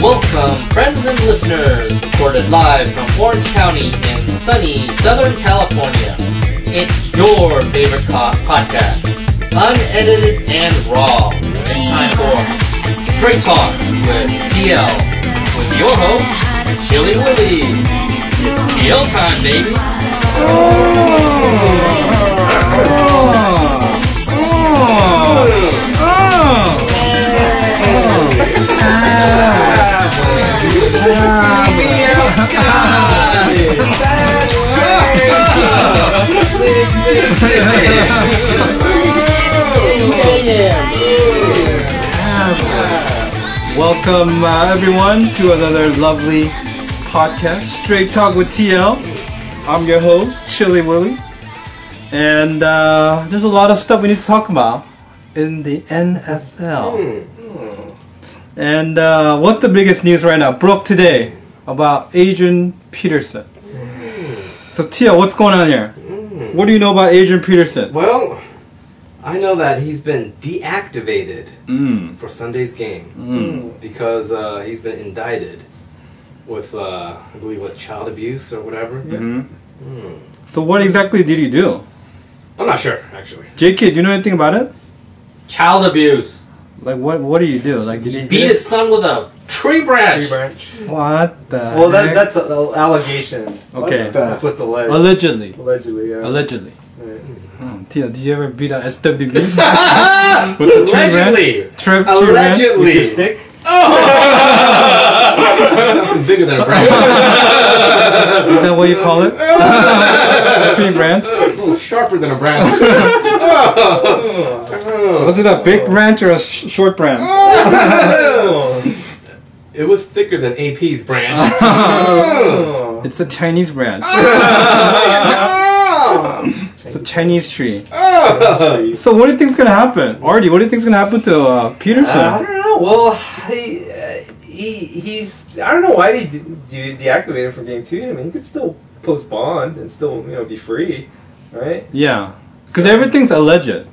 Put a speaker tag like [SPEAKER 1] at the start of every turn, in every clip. [SPEAKER 1] Welcome, friends and listeners, recorded live from Orange County in sunny Southern California. It's your favorite co- podcast, unedited and raw. It's time for Straight Talk with DL, with your host, Chili Willy. It's DL time, baby.
[SPEAKER 2] Welcome, uh, everyone, to another lovely podcast, Straight Talk with TL. I'm your host, Chili Willy. And uh, there's a lot of stuff we need to talk about in the NFL. And uh, what's the biggest news right now? Broke today about Adrian Peterson. So, TL, what's going on here? What do you know about Adrian Peterson?
[SPEAKER 3] Well, I know that he's been deactivated
[SPEAKER 2] Mm.
[SPEAKER 3] for Sunday's game
[SPEAKER 2] Mm.
[SPEAKER 3] because uh, he's been indicted with, uh, I believe, what child abuse or whatever.
[SPEAKER 2] Mhm. So, what exactly did he do?
[SPEAKER 3] I'm not sure, actually.
[SPEAKER 2] JK, do you know anything about it?
[SPEAKER 1] Child abuse.
[SPEAKER 2] Like what? What do you do? Like did he
[SPEAKER 1] Beat his son with a tree branch.
[SPEAKER 4] branch.
[SPEAKER 2] What the?
[SPEAKER 4] Well, that,
[SPEAKER 2] heck?
[SPEAKER 4] that's an allegation.
[SPEAKER 2] okay.
[SPEAKER 4] That's what's alleged.
[SPEAKER 2] Allegedly,
[SPEAKER 4] Allegedly, yeah.
[SPEAKER 2] allegedly.
[SPEAKER 4] Right.
[SPEAKER 2] Hmm, Tia, did you ever beat a SWB? With a tree branch?
[SPEAKER 3] Allegedly!
[SPEAKER 2] Trip tree branch?
[SPEAKER 3] Allegedly! Oh! Something bigger than a branch.
[SPEAKER 2] Is that what you call it? tree branch?
[SPEAKER 3] a little sharper than a branch. Oh.
[SPEAKER 2] Was it a big branch or a sh- short branch?
[SPEAKER 3] It was thicker than AP's branch.
[SPEAKER 2] It's a Chinese branch. It's a Chinese tree. So what do you think's gonna happen, Artie? What do you think's gonna happen to uh, Peterson?
[SPEAKER 4] I don't know. Well, he, uh, he he's I don't know why they de- de- deactivated from game two. I mean, he could still post bond and still you know be free, right?
[SPEAKER 2] yeah, because everything's alleged.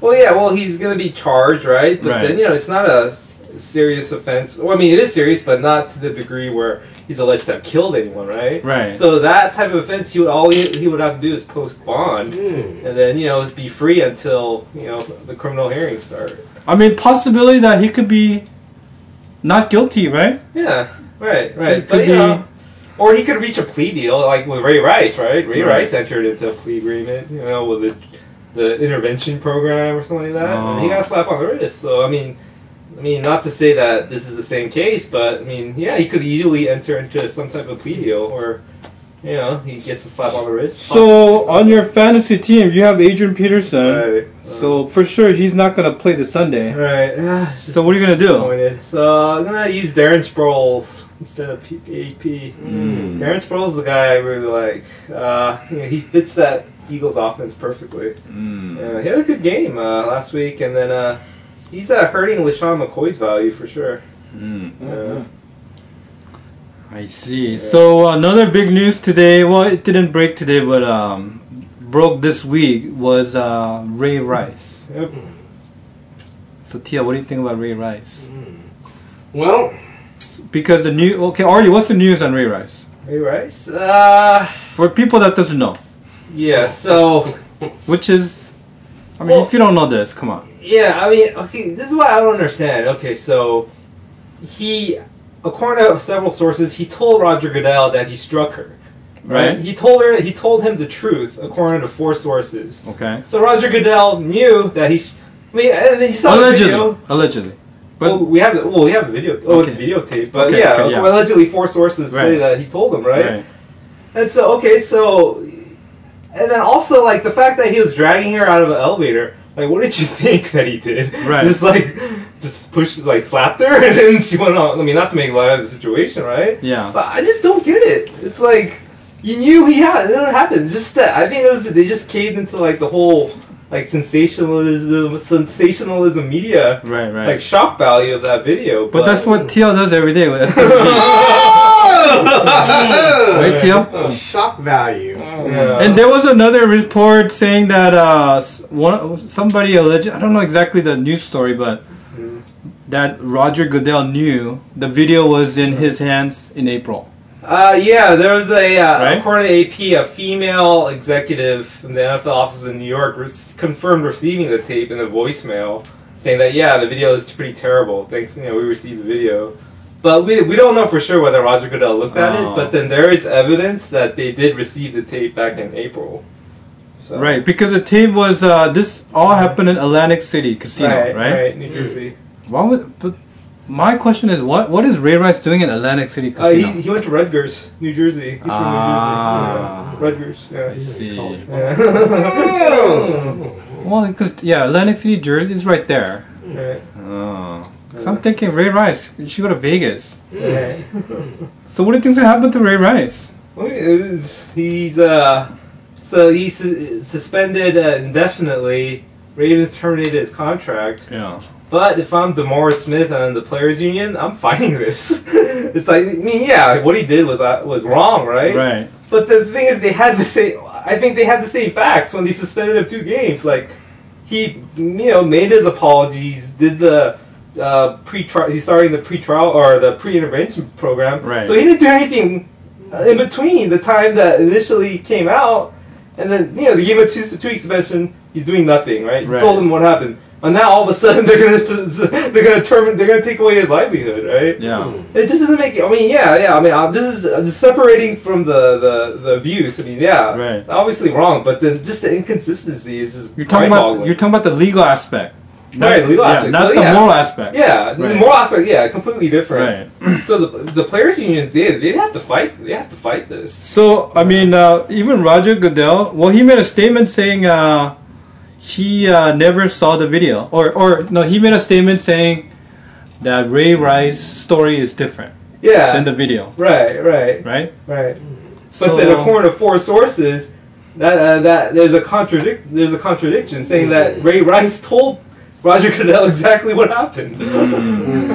[SPEAKER 4] Well, yeah. Well, he's gonna be charged, right? But
[SPEAKER 2] Right.
[SPEAKER 4] then you know it's not a s- serious offense. Well, I mean, it is serious, but not to the degree where he's alleged to have killed anyone, right?
[SPEAKER 2] Right.
[SPEAKER 4] So that type of offense, he would all he, he would have to do is post bond.
[SPEAKER 3] Hmm.
[SPEAKER 4] and then you know be free until you know the criminal hearings start.
[SPEAKER 2] I mean, possibility that he could be not guilty, right?
[SPEAKER 4] Yeah, right,
[SPEAKER 2] It
[SPEAKER 4] right.
[SPEAKER 2] could
[SPEAKER 4] But
[SPEAKER 2] be-
[SPEAKER 4] you know, or he could reach a plea deal like with Ray Rice, right? Ray
[SPEAKER 2] Right.
[SPEAKER 4] Rice entered into a plea agreement, you know, with the the intervention program or something like that, and he
[SPEAKER 2] Oh.
[SPEAKER 4] got a slap on the wrist. So I mean. I mean, not to say that this is the same case, but I mean, yeah, he could easily enter into some type of plea deal, or you know, he gets a slap on the wrist.
[SPEAKER 2] So on your fantasy team, you have Adrian Peterson.
[SPEAKER 4] right,
[SPEAKER 2] So for sure, he's not gonna play this Sunday.
[SPEAKER 4] right. Ah, it's just-
[SPEAKER 2] So what are you gonna do?
[SPEAKER 4] disappointed. So I'm gonna use Darren Sproles instead of P- AP. Darren Sproles is the guy I really like. Uh, you know, he fits that Eagles offense perfectly.
[SPEAKER 2] Hmm.
[SPEAKER 4] Uh, he had a good game uh, last week, and then uh, he's uh, hurting LaShawn McCoy's value for sure. Uh,
[SPEAKER 2] hmm. I see. So another big news today. Well, it didn't break today, but um, broke this week was uh, Ray Rice.
[SPEAKER 4] yep.
[SPEAKER 2] So Tia, what do you think about Ray Rice?
[SPEAKER 3] Well,
[SPEAKER 2] Because the new okay, Artie, what's the news on Ray Rice?
[SPEAKER 4] Ray Rice. Uh,
[SPEAKER 2] For people that doesn't know,
[SPEAKER 4] yeah. So
[SPEAKER 2] which is, I mean,
[SPEAKER 4] Well-
[SPEAKER 2] if you don't know this, come on.
[SPEAKER 4] yeah, I mean, okay, this is what I don't understand. Okay, so he, according to several sources, he told Roger Goodell that he struck her. Right.
[SPEAKER 2] Right?
[SPEAKER 4] He told her. He told him the truth, according to four sources.
[SPEAKER 2] Okay.
[SPEAKER 4] So Roger Goodell knew that he's. I mean, and then you saw the
[SPEAKER 2] Allegedly.
[SPEAKER 4] video. Oh,
[SPEAKER 2] Allegedly. But
[SPEAKER 4] Well, we have the, well, we have the video. Oh,
[SPEAKER 2] Okay.
[SPEAKER 4] the videotape. But
[SPEAKER 2] Okay,
[SPEAKER 4] yeah,
[SPEAKER 2] okay, yeah.
[SPEAKER 4] allegedly four sources
[SPEAKER 2] Right.
[SPEAKER 4] say that he told them, right?
[SPEAKER 2] right.
[SPEAKER 4] And so okay, so, and then also like the fact that he was dragging her out of an elevator. Like, what did you think that he did?
[SPEAKER 2] Right.
[SPEAKER 4] Just like, just push, like, slapped her, and then she went on. I mean, not to make light of the situation, right?
[SPEAKER 2] Yeah.
[SPEAKER 4] But I just don't get it. It's like you knew he had it. happened. It's just that I think it was they just caved into like the whole like sensationalism, sensationalism media
[SPEAKER 2] Right. Right.
[SPEAKER 4] like shock value of that video. But,
[SPEAKER 2] But that's what TL does every day. That's what he does, right, TL?
[SPEAKER 3] Oh, shock value.
[SPEAKER 4] Yeah.
[SPEAKER 2] And there was another report saying
[SPEAKER 4] Mm-hmm.
[SPEAKER 2] that uh, s- one somebody alleged I don't know exactly the news story, but that Roger Goodell knew the video was in his hands in April.
[SPEAKER 4] Uh, yeah, there was a, uh,
[SPEAKER 2] Right?
[SPEAKER 4] according to AP, a female executive from the NFL office in New York re- confirmed receiving the tape in a voicemail, saying that, yeah, the video is pretty terrible. Thanks, you know, we received the video. But we, we don't know for sure whether Roger Goodell looked at
[SPEAKER 2] Oh.
[SPEAKER 4] it, but then there is evidence that they did receive the tape back in April. So-
[SPEAKER 2] Right, because the tape was uh, this all happened in Atlantic City casino, right?
[SPEAKER 4] Mm-hmm. Right, New Jersey.
[SPEAKER 2] Why would but my question is what what is Ray Rice doing in Atlantic City
[SPEAKER 4] Uh,
[SPEAKER 2] casino?
[SPEAKER 4] he, he went to Rutgers, New Jersey. He's from
[SPEAKER 2] Ah.
[SPEAKER 4] New Jersey. Yeah.
[SPEAKER 2] I
[SPEAKER 4] Rutgers,
[SPEAKER 2] see.
[SPEAKER 4] yeah.
[SPEAKER 2] Well, because yeah, Atlantic City, Jersey is right there.
[SPEAKER 4] yeah. Right.
[SPEAKER 2] Oh. So I'm thinking Ray Rice. You should go to Vegas.
[SPEAKER 4] Yeah.
[SPEAKER 2] So what do you think's gonna happen to Ray Rice?
[SPEAKER 4] Well, it's- He's uh, so he's su- suspended uh, indefinitely. Ravens terminated his contract.
[SPEAKER 2] Yeah.
[SPEAKER 4] But if I'm Demora Smith and the players union, I'm fighting this. it's like, I mean, yeah, what he did was uh, was wrong, right?
[SPEAKER 2] Right.
[SPEAKER 4] But the thing is, they had the same. I think they had the same facts when they suspended him two games. Like he, you know, made his apologies, did the uh, pre-trial. He's starting the pre-trial or the pre-intervention program.
[SPEAKER 2] Right.
[SPEAKER 4] So he didn't do anything uh, in between the time that initially came out, and then you know they gave him a two two week suspension. He's doing nothing, right?
[SPEAKER 2] Right.
[SPEAKER 4] You told him what happened, and now all of a sudden they're gonna they're gonna terminate they're gonna take away his livelihood, right?
[SPEAKER 2] Yeah.
[SPEAKER 4] It just doesn't make. I mean, yeah, yeah. I mean, uh, this is uh, just separating from the, the the abuse. I mean, yeah,
[SPEAKER 2] Right.
[SPEAKER 4] It's obviously wrong, but the just the inconsistency is just
[SPEAKER 2] You're talking about
[SPEAKER 4] mind-boggling.
[SPEAKER 2] you're talking about the legal aspect.
[SPEAKER 4] Right, legal
[SPEAKER 2] yeah,
[SPEAKER 4] aspect.
[SPEAKER 2] Not
[SPEAKER 4] So,
[SPEAKER 2] the
[SPEAKER 4] yeah.
[SPEAKER 2] moral aspect.
[SPEAKER 4] yeah,
[SPEAKER 2] Right.
[SPEAKER 4] the moral aspect, yeah, completely different.
[SPEAKER 2] Right.
[SPEAKER 4] So the the players' unions, they they have to fight. They have to fight this.
[SPEAKER 2] So I mean, uh, even Roger Goodell. Well, he made a statement saying uh, he uh, never saw the video, or or no, he made a statement saying that Ray Rice's story is different
[SPEAKER 4] Yeah,
[SPEAKER 2] than the video,
[SPEAKER 4] right, right,
[SPEAKER 2] right?
[SPEAKER 4] right. But
[SPEAKER 2] So-
[SPEAKER 4] then, according to four sources, that uh, that there's a contradict there's a contradiction saying that Ray Rice told Roger Goodell exactly what happened.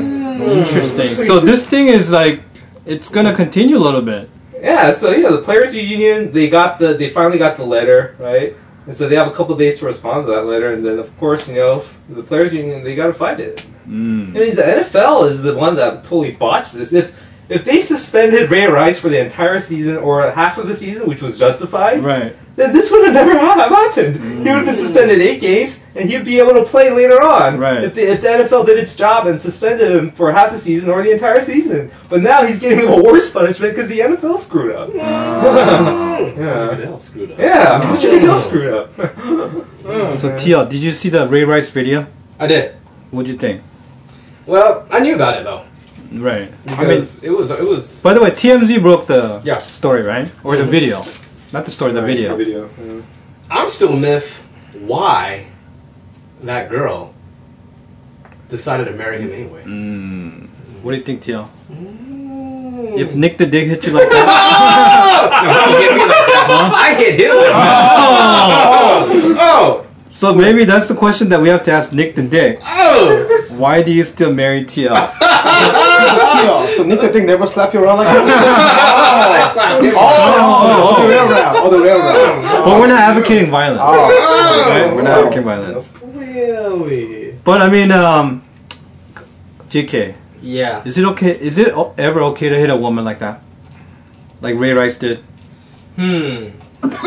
[SPEAKER 2] Interesting. So this thing is like it's gonna continue a little bit.
[SPEAKER 4] Yeah, so yeah, the players' union they got the they finally got the letter right, and so they have a couple days to respond to that letter, and then of course you know the players' union they gotta fight it. I
[SPEAKER 2] Mm.
[SPEAKER 4] mean the NFL is the one that totally botched this. If if they suspended Ray Rice for the entire season or half of the season, which was justified,
[SPEAKER 2] Right. Mm.
[SPEAKER 4] then this would have never ha- happened. He would have been suspended eight games, and he'd be able to play later on.
[SPEAKER 2] Right.
[SPEAKER 4] If the, if the NFL did its job and suspended him for half the season or the entire season, but now he's getting a worse punishment because the NFL screwed up.
[SPEAKER 3] Roger
[SPEAKER 4] yeah.
[SPEAKER 3] Goodell screwed up.
[SPEAKER 4] Yeah, how should they all screwed up?
[SPEAKER 2] So TL, did you see the Ray Rice video?
[SPEAKER 3] I did.
[SPEAKER 2] What'd you think?
[SPEAKER 3] Well, I knew about it though.
[SPEAKER 2] Right. I mean,
[SPEAKER 3] Because it was it was
[SPEAKER 2] by the way, TMZ broke the
[SPEAKER 3] Yeah. Mm-hmm.
[SPEAKER 2] story, right? Or the video, not the story, the video.
[SPEAKER 4] video.
[SPEAKER 3] I'm still miffed why that girl decided to marry him anyway.
[SPEAKER 2] Mm. What do you think, TL?
[SPEAKER 3] Mm.
[SPEAKER 2] If Nick the Dig hit you like that,
[SPEAKER 3] No, he hit me like that. I hit him like that. Oh, oh,
[SPEAKER 2] so maybe that's the question that we have to ask Nick the Dig.
[SPEAKER 3] oh,
[SPEAKER 2] Why do you still marry TL?
[SPEAKER 5] Yo, so Nick the Thing never slap you around like
[SPEAKER 3] oh.
[SPEAKER 5] that?
[SPEAKER 3] That's not him.
[SPEAKER 5] Oh, all the way around, all the way around.
[SPEAKER 2] But we're not advocating violence.
[SPEAKER 5] Oh,
[SPEAKER 2] right? We're not
[SPEAKER 5] no.
[SPEAKER 2] advocating violence.
[SPEAKER 3] Really?
[SPEAKER 2] But I mean, um, JK,
[SPEAKER 3] Yeah.
[SPEAKER 2] is it okay? Is it o- ever okay to hit a woman like that, like Ray Rice did?
[SPEAKER 3] Hmm.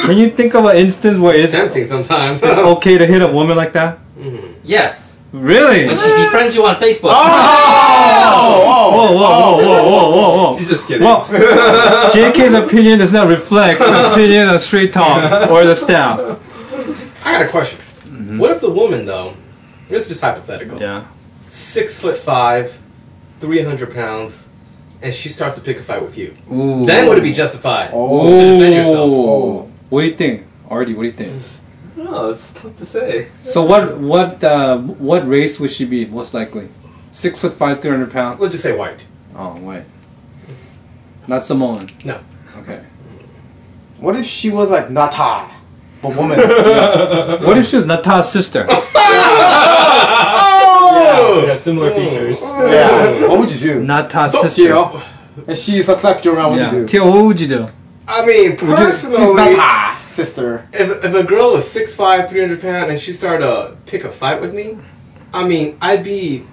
[SPEAKER 2] Can you think of an instance where
[SPEAKER 3] It's
[SPEAKER 2] it's
[SPEAKER 3] tempting sometimes.
[SPEAKER 2] it's
[SPEAKER 5] Oh.
[SPEAKER 2] okay to hit a woman like that?
[SPEAKER 1] Yes.
[SPEAKER 2] Really?
[SPEAKER 1] When
[SPEAKER 2] Whoa,
[SPEAKER 1] she befriends you on Facebook.
[SPEAKER 5] Oh,
[SPEAKER 2] whoa, whoa, whoa, whoa, whoa, whoa.
[SPEAKER 4] He's just kidding.
[SPEAKER 2] Well, JK's opinion does not reflect the opinion of Straight Tom or the staff.
[SPEAKER 3] I got a question. What if the woman though? This is just hypothetical.
[SPEAKER 2] Yeah.
[SPEAKER 3] Six foot five, three hundred pounds, and she starts to pick a fight with you.
[SPEAKER 2] Ooh.
[SPEAKER 3] Then would it be justified?
[SPEAKER 5] oh,
[SPEAKER 3] to defend yourself.
[SPEAKER 2] Ooh. What do you think, Artie? What do you think?
[SPEAKER 4] no, it's tough to say.
[SPEAKER 2] So what? What? Uh, what race would she be most likely? Six foot five, three hundred pounds.
[SPEAKER 3] Let's just say white.
[SPEAKER 2] Oh wait, not Samoan.
[SPEAKER 3] No.
[SPEAKER 2] Okay.
[SPEAKER 5] What if she was like Nata, but woman?
[SPEAKER 2] What if she was Nata's sister?
[SPEAKER 4] Yeah,
[SPEAKER 3] Oh!
[SPEAKER 4] we got similar features.
[SPEAKER 5] yeah. What would you do?
[SPEAKER 2] Nata's
[SPEAKER 3] Oh,
[SPEAKER 5] You
[SPEAKER 2] sister.
[SPEAKER 5] know, and she slapped you around. What
[SPEAKER 2] Yeah.
[SPEAKER 5] would you do?
[SPEAKER 2] Tio, what would you do?
[SPEAKER 3] I mean,
[SPEAKER 5] She's
[SPEAKER 3] personally,
[SPEAKER 5] Nata, sister.
[SPEAKER 3] if, if a girl was 6'5", 300 pounds, and she started to pick a fight with me, I mean, I'd be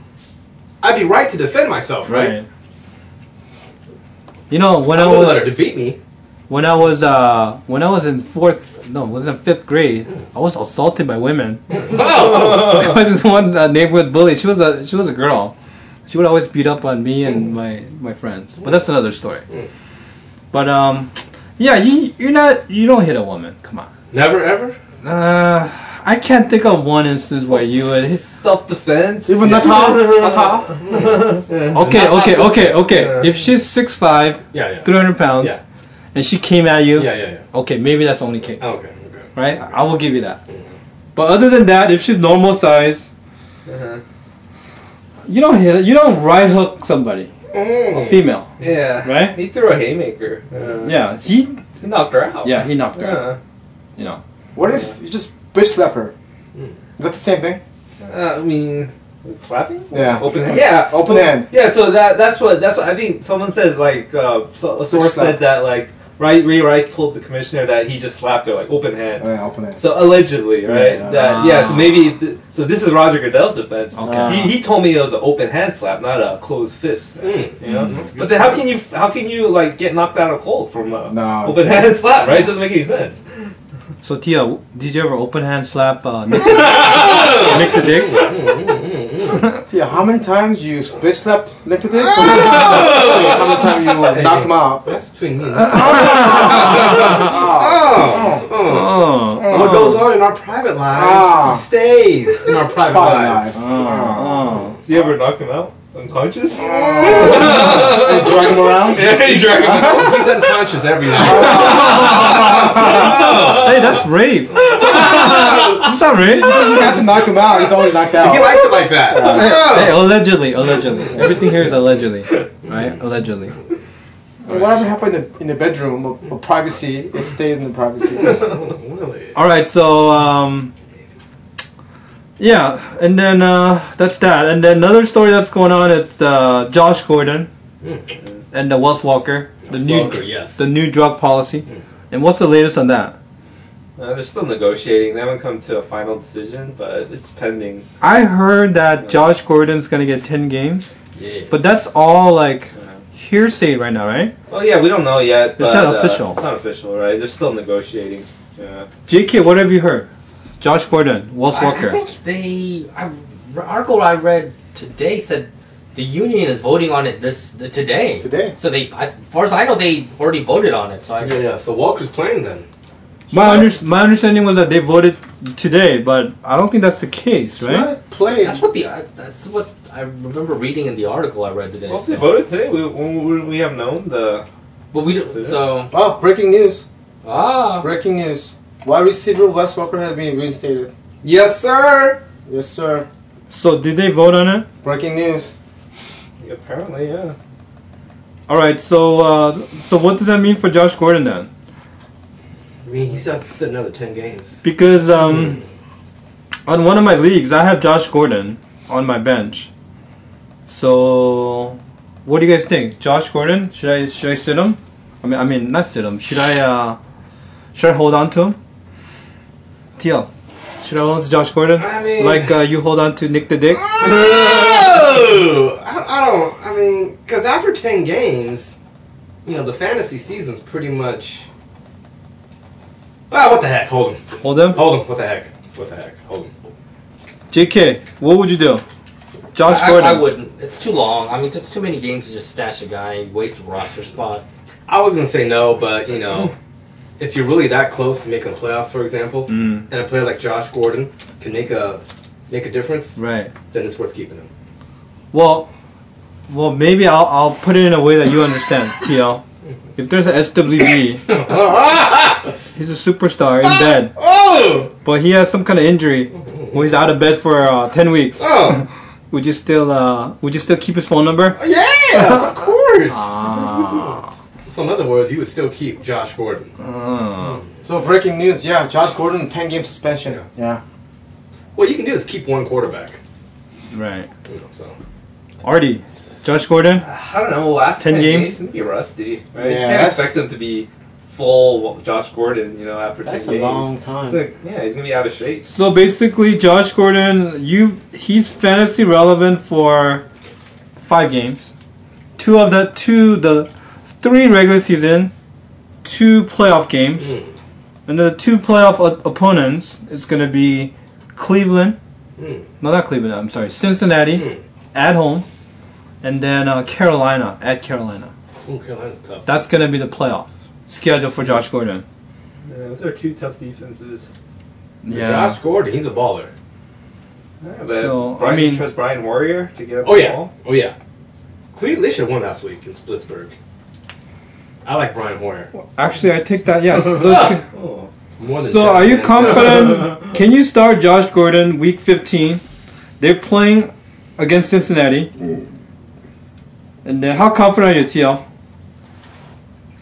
[SPEAKER 3] I'd be right to defend myself, right?
[SPEAKER 2] You know when
[SPEAKER 3] I
[SPEAKER 2] I
[SPEAKER 3] would let her
[SPEAKER 2] was
[SPEAKER 3] to beat me.
[SPEAKER 2] when I was uh when I was in fourth no was in fifth grade I was assaulted by women.
[SPEAKER 3] Oh,
[SPEAKER 2] there was this one uh, neighborhood bully. She was a she was a girl. She would always beat up on me
[SPEAKER 3] Mm.
[SPEAKER 2] and my my friends. But that's another story. But um, yeah, you you're not you don't hit a woman. Come on.
[SPEAKER 3] never ever.
[SPEAKER 2] Uh, I can't think of one instance where you would. Hit.
[SPEAKER 4] Self defense.
[SPEAKER 5] Even Nata, Nata.
[SPEAKER 2] Okay, okay, okay, okay. If she's 6'5",
[SPEAKER 3] Yeah, yeah.
[SPEAKER 2] 300 pounds,
[SPEAKER 3] uh, Yeah.
[SPEAKER 2] and she came at you,
[SPEAKER 3] Yeah, yeah, yeah.
[SPEAKER 2] okay, maybe that's only case,
[SPEAKER 3] Oh, okay, okay.
[SPEAKER 2] right? I will give you that. But other than that, if she's normal size,
[SPEAKER 4] Uh-huh.
[SPEAKER 2] you don't hit. You don't right hook somebody, a
[SPEAKER 3] Mm.
[SPEAKER 2] female,
[SPEAKER 4] Yeah.
[SPEAKER 2] right?
[SPEAKER 4] He threw a haymaker. Uh,
[SPEAKER 2] Yeah, he
[SPEAKER 4] He knocked her out.
[SPEAKER 2] yeah he knocked her. out,
[SPEAKER 4] Uh,
[SPEAKER 2] You know.
[SPEAKER 5] What if you just bitch slap her?
[SPEAKER 3] Hmm.
[SPEAKER 5] Is that the same thing?
[SPEAKER 4] uh, I mean, slapping.
[SPEAKER 5] Yeah.
[SPEAKER 4] Open hand. Yeah.
[SPEAKER 5] Open
[SPEAKER 4] Well,
[SPEAKER 5] hand.
[SPEAKER 4] Yeah. So that that's what that's what I think. Someone said like uh, so, a source
[SPEAKER 5] slap.
[SPEAKER 4] said that like Ray, Ray Rice told the commissioner that he just slapped her like open hand.
[SPEAKER 5] Oh, Yeah, open hand.
[SPEAKER 4] So allegedly, right?
[SPEAKER 5] Yeah.
[SPEAKER 4] That yeah. So maybe th- so. This is Roger Goodell's defense.
[SPEAKER 2] Okay.
[SPEAKER 4] He, he told me it was an open hand slap, not a closed fist.
[SPEAKER 3] Mm.
[SPEAKER 5] Mm-hmm.
[SPEAKER 4] You know. But then how can you how can you like get knocked out of cold from a
[SPEAKER 5] No.
[SPEAKER 4] open hand slap? Right? It doesn't make any sense.
[SPEAKER 2] So Tia, w- did you ever open hand slap uh, Nick, Nick the Dick?
[SPEAKER 5] Yeah, how many times you bitch slapped Nick today? how many times you knocked him out?
[SPEAKER 3] That's between me and you.
[SPEAKER 5] Ah,
[SPEAKER 3] Oh, oh.
[SPEAKER 2] Oh,
[SPEAKER 3] What goes on in our private lives
[SPEAKER 5] Ah.
[SPEAKER 3] stays in our private
[SPEAKER 5] probably
[SPEAKER 3] lives.
[SPEAKER 5] not.
[SPEAKER 2] oh,
[SPEAKER 4] Did you ever knock him out
[SPEAKER 3] Oh.
[SPEAKER 4] unconscious?
[SPEAKER 5] And drag him around?
[SPEAKER 4] He's dragging-
[SPEAKER 3] He's unconscious every night.
[SPEAKER 2] oh. Hey, that's rape. Is that rape?
[SPEAKER 5] You have to knock him out, he's always knocked
[SPEAKER 3] He
[SPEAKER 5] out.
[SPEAKER 3] likes it like that.
[SPEAKER 2] Hey, allegedly, allegedly. Everything here is allegedly, right? Allegedly.
[SPEAKER 5] Whatever happened in the, in the bedroom of, of privacy, it stayed in the privacy.
[SPEAKER 3] Really?
[SPEAKER 2] All right, so um, yeah, and then uh, that's that, and then another story that's going on is uh, Josh Gordon and the Wes Walker, the new
[SPEAKER 3] Smoker, yes.
[SPEAKER 2] the new drug policy, and what's the latest on that?
[SPEAKER 4] Uh, they're still negotiating. They haven't come to a final decision, but it's pending.
[SPEAKER 2] I heard that Josh Gordon's gonna get ten games,
[SPEAKER 3] yeah.
[SPEAKER 2] but that's all like hearsay right now, right?
[SPEAKER 4] Oh yeah, we don't know yet.
[SPEAKER 2] It's
[SPEAKER 4] but,
[SPEAKER 2] not
[SPEAKER 4] uh,
[SPEAKER 2] official.
[SPEAKER 4] it's not official, right? They're still negotiating. Yeah.
[SPEAKER 2] JK, what have you heard? Josh Gordon, Wes
[SPEAKER 1] I
[SPEAKER 2] Walker.
[SPEAKER 1] think they. I, the article I read today said the union is voting on it this today.
[SPEAKER 5] Today.
[SPEAKER 1] So they, I, as far as I know, they already voted on it. So I.
[SPEAKER 3] Yeah, yeah. So Walker's playing then.
[SPEAKER 2] My under- my understanding was that they voted today, but I don't think that's the case, right?
[SPEAKER 3] Not playing.
[SPEAKER 1] That's what the. That's, that's what I remember reading in the article I read today.
[SPEAKER 4] Well, if they voted today, we, when would we have known the
[SPEAKER 1] But we don't. So
[SPEAKER 5] Oh, breaking news.
[SPEAKER 1] ah.
[SPEAKER 5] Breaking news. Wide receiver Wes Walker has been reinstated.
[SPEAKER 3] Yes, sir.
[SPEAKER 5] Yes, sir.
[SPEAKER 2] So did they vote on it?
[SPEAKER 5] Breaking news.
[SPEAKER 4] Apparently, yeah.
[SPEAKER 2] All right. So uh, so what does that mean for Josh Gordon then?
[SPEAKER 3] I mean, he's got to sit another ten games.
[SPEAKER 2] Because um, on one of my leagues, I have Josh Gordon on my bench. So what do you guys think? Josh Gordon? Should I should I sit him? I mean I mean not sit him. Should I uh, should I hold on to him? Teal. Should I hold on to Josh Gordon?
[SPEAKER 3] I mean-
[SPEAKER 2] like uh, you hold on to Nick the Dick?
[SPEAKER 3] Oh, I, I don't. I mean, because after ten games, you know, the fantasy season's pretty much. Ah, what the heck? Hold him.
[SPEAKER 2] Hold him?
[SPEAKER 3] Hold him. What the heck? What the heck? Hold him.
[SPEAKER 2] JK, what would you do? Josh
[SPEAKER 1] I,
[SPEAKER 2] Gordon.
[SPEAKER 1] I, I wouldn't. It's too long. I mean, it's too many games to just stash a guy, waste a roster spot.
[SPEAKER 3] I was gonna say no, but you know, if you're really that close to making the playoffs, for example,
[SPEAKER 2] Mm,
[SPEAKER 3] and a player like Josh Gordon can make a make a difference,
[SPEAKER 2] right.
[SPEAKER 3] then it's worth keeping him.
[SPEAKER 2] Well, well, maybe I'll I'll put it in a way that you understand, TL. If there's a SWB, he's a superstar in bed,
[SPEAKER 3] Oh,
[SPEAKER 2] but he has some kind of injury, or he's out of bed for uh, ten weeks.
[SPEAKER 3] oh,
[SPEAKER 2] Would you still uh, Would you still keep his phone number?
[SPEAKER 3] yes, of course.
[SPEAKER 2] Ah.
[SPEAKER 3] So in other words, you would still keep Josh Gordon.
[SPEAKER 2] Uh,
[SPEAKER 5] So breaking news. Yeah, Josh Gordon, ten game suspension. Yeah.
[SPEAKER 3] What you can do is keep one quarterback.
[SPEAKER 2] right.
[SPEAKER 3] You know, so
[SPEAKER 2] Artie, Josh Gordon.
[SPEAKER 4] I don't know. Last
[SPEAKER 2] 10 games?
[SPEAKER 4] he'd be rusty. Right?
[SPEAKER 5] Yeah,
[SPEAKER 4] you can't
[SPEAKER 5] that's-
[SPEAKER 4] expect him to be full Josh Gordon. You know, after
[SPEAKER 5] That's
[SPEAKER 4] ten
[SPEAKER 5] a
[SPEAKER 4] games.
[SPEAKER 5] long
[SPEAKER 4] It's
[SPEAKER 5] time.
[SPEAKER 4] like, yeah, he's gonna be out of shape.
[SPEAKER 2] So basically, Josh Gordon, you he's fantasy relevant for five games. Two of the two the three regular season, two playoff games,
[SPEAKER 3] Mm.
[SPEAKER 2] and the two playoff op- opponents is going to be Cleveland.
[SPEAKER 3] Mm.
[SPEAKER 2] No, not Cleveland. I'm sorry, Cincinnati
[SPEAKER 3] Mm.
[SPEAKER 2] at home, and then uh, Carolina at Carolina.
[SPEAKER 3] Ooh, Carolina's tough.
[SPEAKER 2] That's going to be the playoff schedule for Josh Gordon.
[SPEAKER 4] Yeah, those are two tough defenses.
[SPEAKER 3] Josh Gordon, he's a baller.
[SPEAKER 4] Yeah, but
[SPEAKER 2] So, I
[SPEAKER 4] Brian,
[SPEAKER 2] mean-
[SPEAKER 4] you trust Brian Warrior to get up
[SPEAKER 3] Oh
[SPEAKER 4] the
[SPEAKER 3] yeah,
[SPEAKER 4] ball.
[SPEAKER 3] oh yeah. Cleveland they should have won last week in Splitsburg. I like Brian Hoyer
[SPEAKER 2] Actually, I take that. Yes. So-
[SPEAKER 4] Oh,
[SPEAKER 3] more than.
[SPEAKER 2] So, are you
[SPEAKER 3] Jackson.
[SPEAKER 2] confident? Can you start Josh Gordon week 15? They're playing against Cincinnati. And then, how confident are you, TL?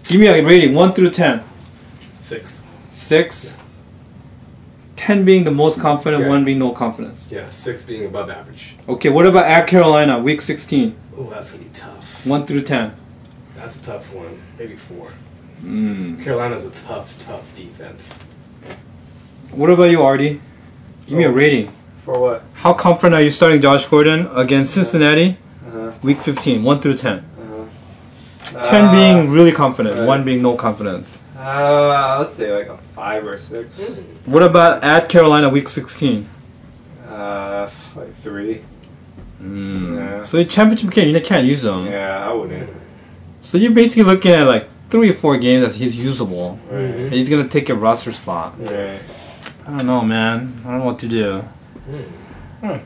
[SPEAKER 2] Give me a rating 1 through 10.
[SPEAKER 3] Six.
[SPEAKER 2] 6. 10 being the most confident,
[SPEAKER 3] Yeah.
[SPEAKER 2] 1 being no confidence.
[SPEAKER 3] Yeah, six being above average.
[SPEAKER 2] Okay, what about at Carolina, week 16?
[SPEAKER 3] Oh, that's gonna be tough.
[SPEAKER 2] 1 through 10.
[SPEAKER 3] That's a tough one. Maybe four. Hmm.
[SPEAKER 2] Mm.
[SPEAKER 3] Carolina's a tough, tough defense.
[SPEAKER 2] What about you, Artie? Give me a rating.
[SPEAKER 4] for what?
[SPEAKER 2] How confident are you starting Josh Gordon against Cincinnati,
[SPEAKER 4] Uh-huh,
[SPEAKER 2] week 15, 1 through 10?
[SPEAKER 4] uh-huh.
[SPEAKER 2] 10
[SPEAKER 4] Uh,
[SPEAKER 2] being really confident,
[SPEAKER 4] right.
[SPEAKER 2] 1 being no confidence.
[SPEAKER 4] uh, let's say like a five or six.
[SPEAKER 2] What about at Carolina week 16?
[SPEAKER 4] Uh, f- like three. Yeah.
[SPEAKER 2] So the championship game, you can't use them.
[SPEAKER 4] Yeah, I wouldn't.
[SPEAKER 2] So you're basically looking at like three or four games that he's usable.
[SPEAKER 4] Right.
[SPEAKER 5] Mm-hmm.
[SPEAKER 2] And he's going to take a roster spot.
[SPEAKER 4] Right.
[SPEAKER 2] I don't know, man. I don't know what to do.
[SPEAKER 4] I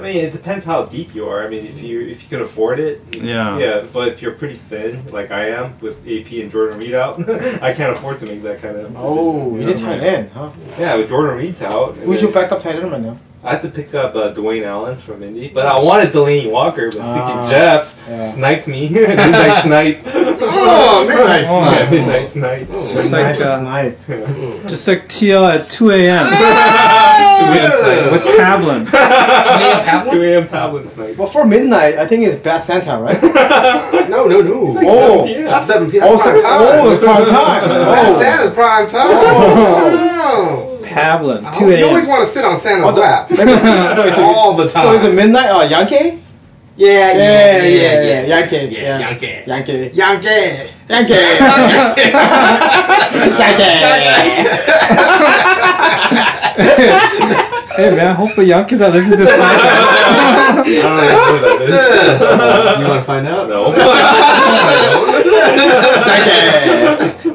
[SPEAKER 4] mean, it depends how deep you are. I mean, if you if you can afford it, you-
[SPEAKER 2] Yeah.
[SPEAKER 4] yeah. But if you're pretty thin, like I am, with AP and Jordan Reed out, I can't afford to make that kind of.
[SPEAKER 5] Oh, you
[SPEAKER 4] decision,
[SPEAKER 5] did
[SPEAKER 4] you know?
[SPEAKER 5] tight end, huh?
[SPEAKER 4] Yeah, with Jordan Reed's out. and
[SPEAKER 5] Who's your
[SPEAKER 4] then
[SPEAKER 5] backup tight end right now?
[SPEAKER 4] I had to pick up uh, Dwayne Allen from Indy, but I wanted Delaney Walker, but
[SPEAKER 5] Ah,
[SPEAKER 4] Sneaky Jeff
[SPEAKER 5] yeah.
[SPEAKER 4] sniped me midnight snipe.
[SPEAKER 3] Oh, midnight
[SPEAKER 2] Oh.
[SPEAKER 4] yeah,
[SPEAKER 3] snipe.
[SPEAKER 4] midnight snipe.
[SPEAKER 3] Oh.
[SPEAKER 2] It's like,
[SPEAKER 5] nice
[SPEAKER 2] uh,
[SPEAKER 5] night.
[SPEAKER 2] Just like TL at 2 a.m. with Pavlin.
[SPEAKER 4] Two a.m. Pavlin snipe.
[SPEAKER 5] Well, for midnight, I think it's Bad Santa, right?
[SPEAKER 3] No, no, no.
[SPEAKER 5] Oh.
[SPEAKER 4] 7 p.m.
[SPEAKER 3] That's seven p.m.
[SPEAKER 5] Oh,
[SPEAKER 3] That's prime
[SPEAKER 5] so-
[SPEAKER 3] time.
[SPEAKER 5] oh, it's prime time.
[SPEAKER 3] That's
[SPEAKER 5] Oh.
[SPEAKER 3] Santa's prime time.
[SPEAKER 5] Oh.
[SPEAKER 2] Pavlin, 2
[SPEAKER 3] No. You always
[SPEAKER 2] a.m.
[SPEAKER 3] want to sit on Santa's
[SPEAKER 5] Oh, the-
[SPEAKER 3] lap
[SPEAKER 5] No, it's a-
[SPEAKER 3] all the time.
[SPEAKER 5] So is it midnight? Uh, Yankee?
[SPEAKER 3] yeah,
[SPEAKER 5] Yeah, yeah, yeah, Yankee.
[SPEAKER 3] Yeah,
[SPEAKER 5] Yeah,
[SPEAKER 3] Yankee.
[SPEAKER 5] Yankee.
[SPEAKER 3] Yankee.
[SPEAKER 5] Yankee. Yankee.
[SPEAKER 2] Hey, man, hopefully Yankees are listening to this podcast.
[SPEAKER 4] I don't know who that
[SPEAKER 3] You want to find out?
[SPEAKER 4] is. no.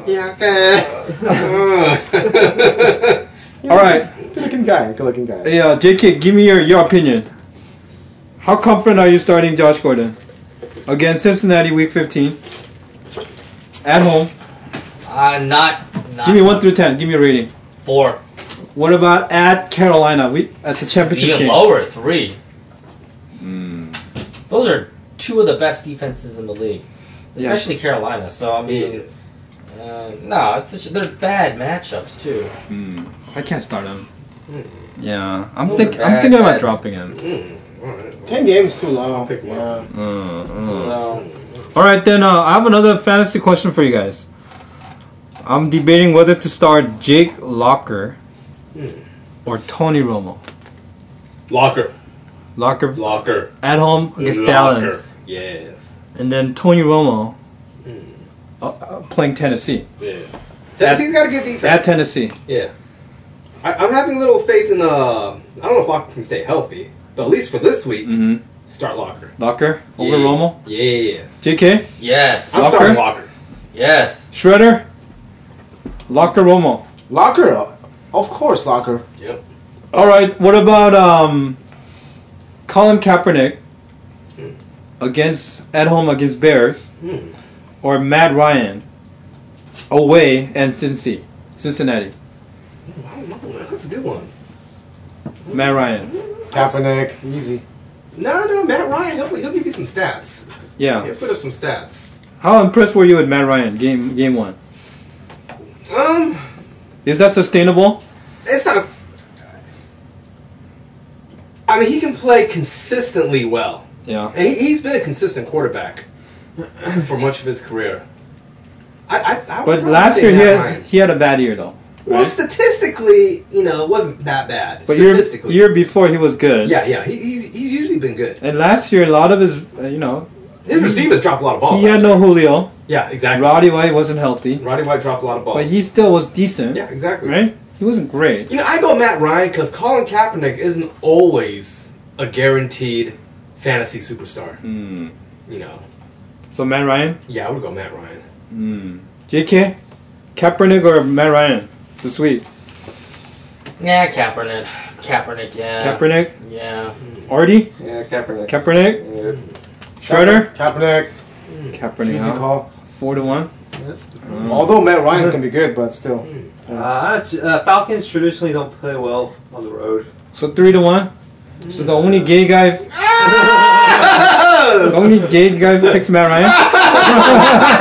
[SPEAKER 5] Yankee.
[SPEAKER 3] Yankee.
[SPEAKER 2] All right.
[SPEAKER 5] Good looking guy. Good looking guy.
[SPEAKER 2] Yeah, JK, uh, give me your, your opinion. How confident are you starting Josh Gordon against Cincinnati Week 15 at home?
[SPEAKER 1] Uh, not, not
[SPEAKER 2] Give me one through ten. Give me a rating.
[SPEAKER 1] four.
[SPEAKER 2] What about at Carolina? We at the championship
[SPEAKER 1] Even
[SPEAKER 2] game. Hmm,
[SPEAKER 1] lower, three. Those are two of the best defenses in the league, especially Carolina. So I mean, uh, no, it's such, they're bad matchups too.
[SPEAKER 2] hmm. I can't start him.
[SPEAKER 3] Mm.
[SPEAKER 2] Yeah, I'm
[SPEAKER 1] Those
[SPEAKER 2] think
[SPEAKER 1] are
[SPEAKER 2] I'm
[SPEAKER 1] bad,
[SPEAKER 2] thinking about
[SPEAKER 1] bad.
[SPEAKER 2] dropping him.
[SPEAKER 5] Ten games too long.
[SPEAKER 3] Pick one.
[SPEAKER 5] Yeah.
[SPEAKER 2] Uh, uh.
[SPEAKER 1] So
[SPEAKER 2] All right, then uh, I have another fantasy question for you guys. I'm debating whether to start Jake Locker or Tony Romo.
[SPEAKER 3] Locker.
[SPEAKER 2] Locker
[SPEAKER 3] Locker.
[SPEAKER 2] at home against
[SPEAKER 3] Locker.
[SPEAKER 2] Dallas,
[SPEAKER 3] Yes.
[SPEAKER 2] and then Tony Romo
[SPEAKER 3] Hmm.
[SPEAKER 2] uh, uh, playing Tennessee
[SPEAKER 3] Yeah. Tennessee's got a good
[SPEAKER 2] at
[SPEAKER 3] defense.
[SPEAKER 2] Tennessee.
[SPEAKER 3] yeah. I, I'm having little faith in. Uh, I don't know if Locker can stay healthy, but at least for this week,
[SPEAKER 2] Mm-hmm.
[SPEAKER 3] start Locker
[SPEAKER 2] Locker over
[SPEAKER 3] Yeah.
[SPEAKER 2] Romo.
[SPEAKER 3] Yes.
[SPEAKER 2] JK
[SPEAKER 1] yes,
[SPEAKER 3] I'm
[SPEAKER 2] Locker?
[SPEAKER 3] starting Locker.
[SPEAKER 1] yes.
[SPEAKER 2] Shredder. Locker Romo.
[SPEAKER 5] Locker. uh, Of course, locker.
[SPEAKER 3] Yep.
[SPEAKER 2] All right. What about um, Colin Kaepernick
[SPEAKER 3] Hmm.
[SPEAKER 2] against at home against Bears
[SPEAKER 3] Mm.
[SPEAKER 2] or Matt Ryan away and Cincy, Cincinnati.
[SPEAKER 3] I don't know. That's a good one.
[SPEAKER 2] Matt Ryan.
[SPEAKER 5] Kaepernick. Easy.
[SPEAKER 3] No, no, Matt Ryan. He'll, he'll give you some stats.
[SPEAKER 2] Yeah.
[SPEAKER 3] He'll put up some stats.
[SPEAKER 2] How impressed were you with Matt Ryan game game one?
[SPEAKER 3] Um,
[SPEAKER 2] Is that sustainable?
[SPEAKER 3] it's not. I mean, he can play consistently well.
[SPEAKER 2] Yeah.
[SPEAKER 3] And he, he's been a consistent quarterback for much of his career. I, I, I would
[SPEAKER 2] But
[SPEAKER 3] probably
[SPEAKER 2] last
[SPEAKER 3] say
[SPEAKER 2] year he
[SPEAKER 3] Matt
[SPEAKER 2] had
[SPEAKER 3] Ryan.
[SPEAKER 2] he had a bad year though.
[SPEAKER 3] Well,
[SPEAKER 5] Right?
[SPEAKER 3] statistically, you know, it wasn't that bad.
[SPEAKER 2] But year,
[SPEAKER 3] statistically,
[SPEAKER 2] year before he was good.
[SPEAKER 3] yeah, yeah, he, he's he's usually been good.
[SPEAKER 2] And last year, a lot of his, uh, you know,
[SPEAKER 3] His receivers dropped a lot of balls.
[SPEAKER 2] he had
[SPEAKER 3] last
[SPEAKER 2] no
[SPEAKER 3] year.
[SPEAKER 2] Julio.
[SPEAKER 3] Yeah, exactly.
[SPEAKER 2] Roddy White wasn't healthy,
[SPEAKER 3] Roddy White dropped a lot of balls.
[SPEAKER 2] but he still was decent.
[SPEAKER 3] yeah, exactly.
[SPEAKER 2] Right? He wasn't great.
[SPEAKER 3] You know, I go Matt Ryan because Colin Kaepernick isn't always a guaranteed fantasy superstar.
[SPEAKER 2] Mm.
[SPEAKER 3] You know,
[SPEAKER 2] So Matt Ryan,
[SPEAKER 3] yeah, I would go Matt Ryan.
[SPEAKER 2] mm. JK, Kaepernick or Matt Ryan this week?
[SPEAKER 1] Yeah, Kaepernick. Kaepernick, yeah.
[SPEAKER 2] Kaepernick,
[SPEAKER 1] Yeah.
[SPEAKER 2] Artie,
[SPEAKER 5] Yeah, Kaepernick.
[SPEAKER 2] Kaepernick,
[SPEAKER 5] Yeah.
[SPEAKER 2] Schroeder,
[SPEAKER 5] Kaepernick.
[SPEAKER 2] Kaepernick.
[SPEAKER 5] Easy
[SPEAKER 2] huh?
[SPEAKER 5] call.
[SPEAKER 2] Four to one. Mm.
[SPEAKER 5] Although Matt Ryan's can be good, but still.
[SPEAKER 4] Uh, it's- uh, Falcons traditionally don't play well on the road.
[SPEAKER 2] So three to one. So the only gay guy, the only gay guy picks Matt Ryan.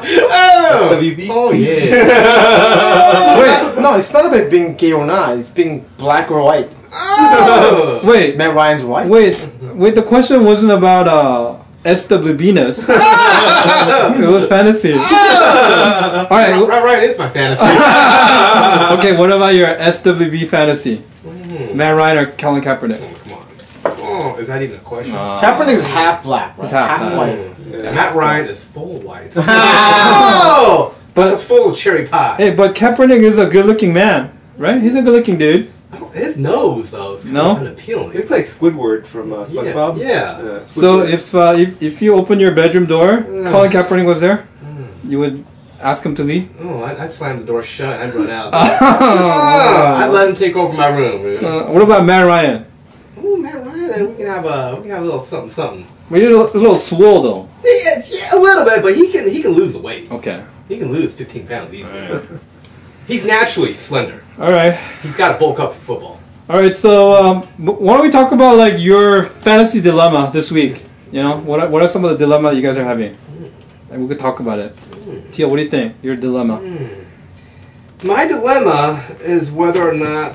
[SPEAKER 5] SWB.
[SPEAKER 3] Oh yeah.
[SPEAKER 5] Wait, no, it's not about being gay or not. It's being black or white.
[SPEAKER 3] oh.
[SPEAKER 2] Wait,
[SPEAKER 5] Matt Ryan's white.
[SPEAKER 2] Wait, wait. The question wasn't about uh, SWBness. it was fantasy. All right.
[SPEAKER 3] Matt
[SPEAKER 2] w-
[SPEAKER 3] Ryan is my fantasy.
[SPEAKER 2] Okay. What about your SWB fantasy?
[SPEAKER 3] Mm.
[SPEAKER 2] Matt Ryan or Colin Kaepernick?
[SPEAKER 3] Oh, come on. Oh, is that even a question?
[SPEAKER 5] Kaepernick's half black. Right?
[SPEAKER 2] He's half black.
[SPEAKER 5] white.
[SPEAKER 3] Yeah, Matt Ryan is full white. oh, that's a full cherry pie.
[SPEAKER 2] Hey, but Kaepernick is a good-looking man, right? He's a good-looking dude.
[SPEAKER 3] I don't- His nose though is kind
[SPEAKER 2] No?
[SPEAKER 3] of
[SPEAKER 4] It
[SPEAKER 3] unappealing.
[SPEAKER 4] looks like Squidward from uh,
[SPEAKER 3] Yeah,
[SPEAKER 4] SpongeBob.
[SPEAKER 3] yeah.
[SPEAKER 4] Uh,
[SPEAKER 2] So
[SPEAKER 4] Squidward.
[SPEAKER 2] if uh, if if you open your bedroom door, Colin Kaepernick was there, you would ask him to leave.
[SPEAKER 3] Oh, I- I'd slam the door shut and I'd run out. oh, I'd let him take over my room. Man.
[SPEAKER 2] Uh, what about Matt Ryan?
[SPEAKER 3] Ooh, Matt Ryan, we can have a we can have a little something something.
[SPEAKER 2] We did a little- a little swole though.
[SPEAKER 3] Yeah, yeah, a little bit, but he can he can lose the weight.
[SPEAKER 2] Okay.
[SPEAKER 3] He can lose 15 pounds easily. He's naturally slender.
[SPEAKER 2] All right.
[SPEAKER 3] He's got to bulk up for football.
[SPEAKER 2] All right, so um, wh- why don't we talk about like your fantasy dilemma this week? You know, what are, what are some of the dilemma you guys are having? And we could talk about it. Tia, what do you think? Your dilemma.
[SPEAKER 3] My dilemma is whether or not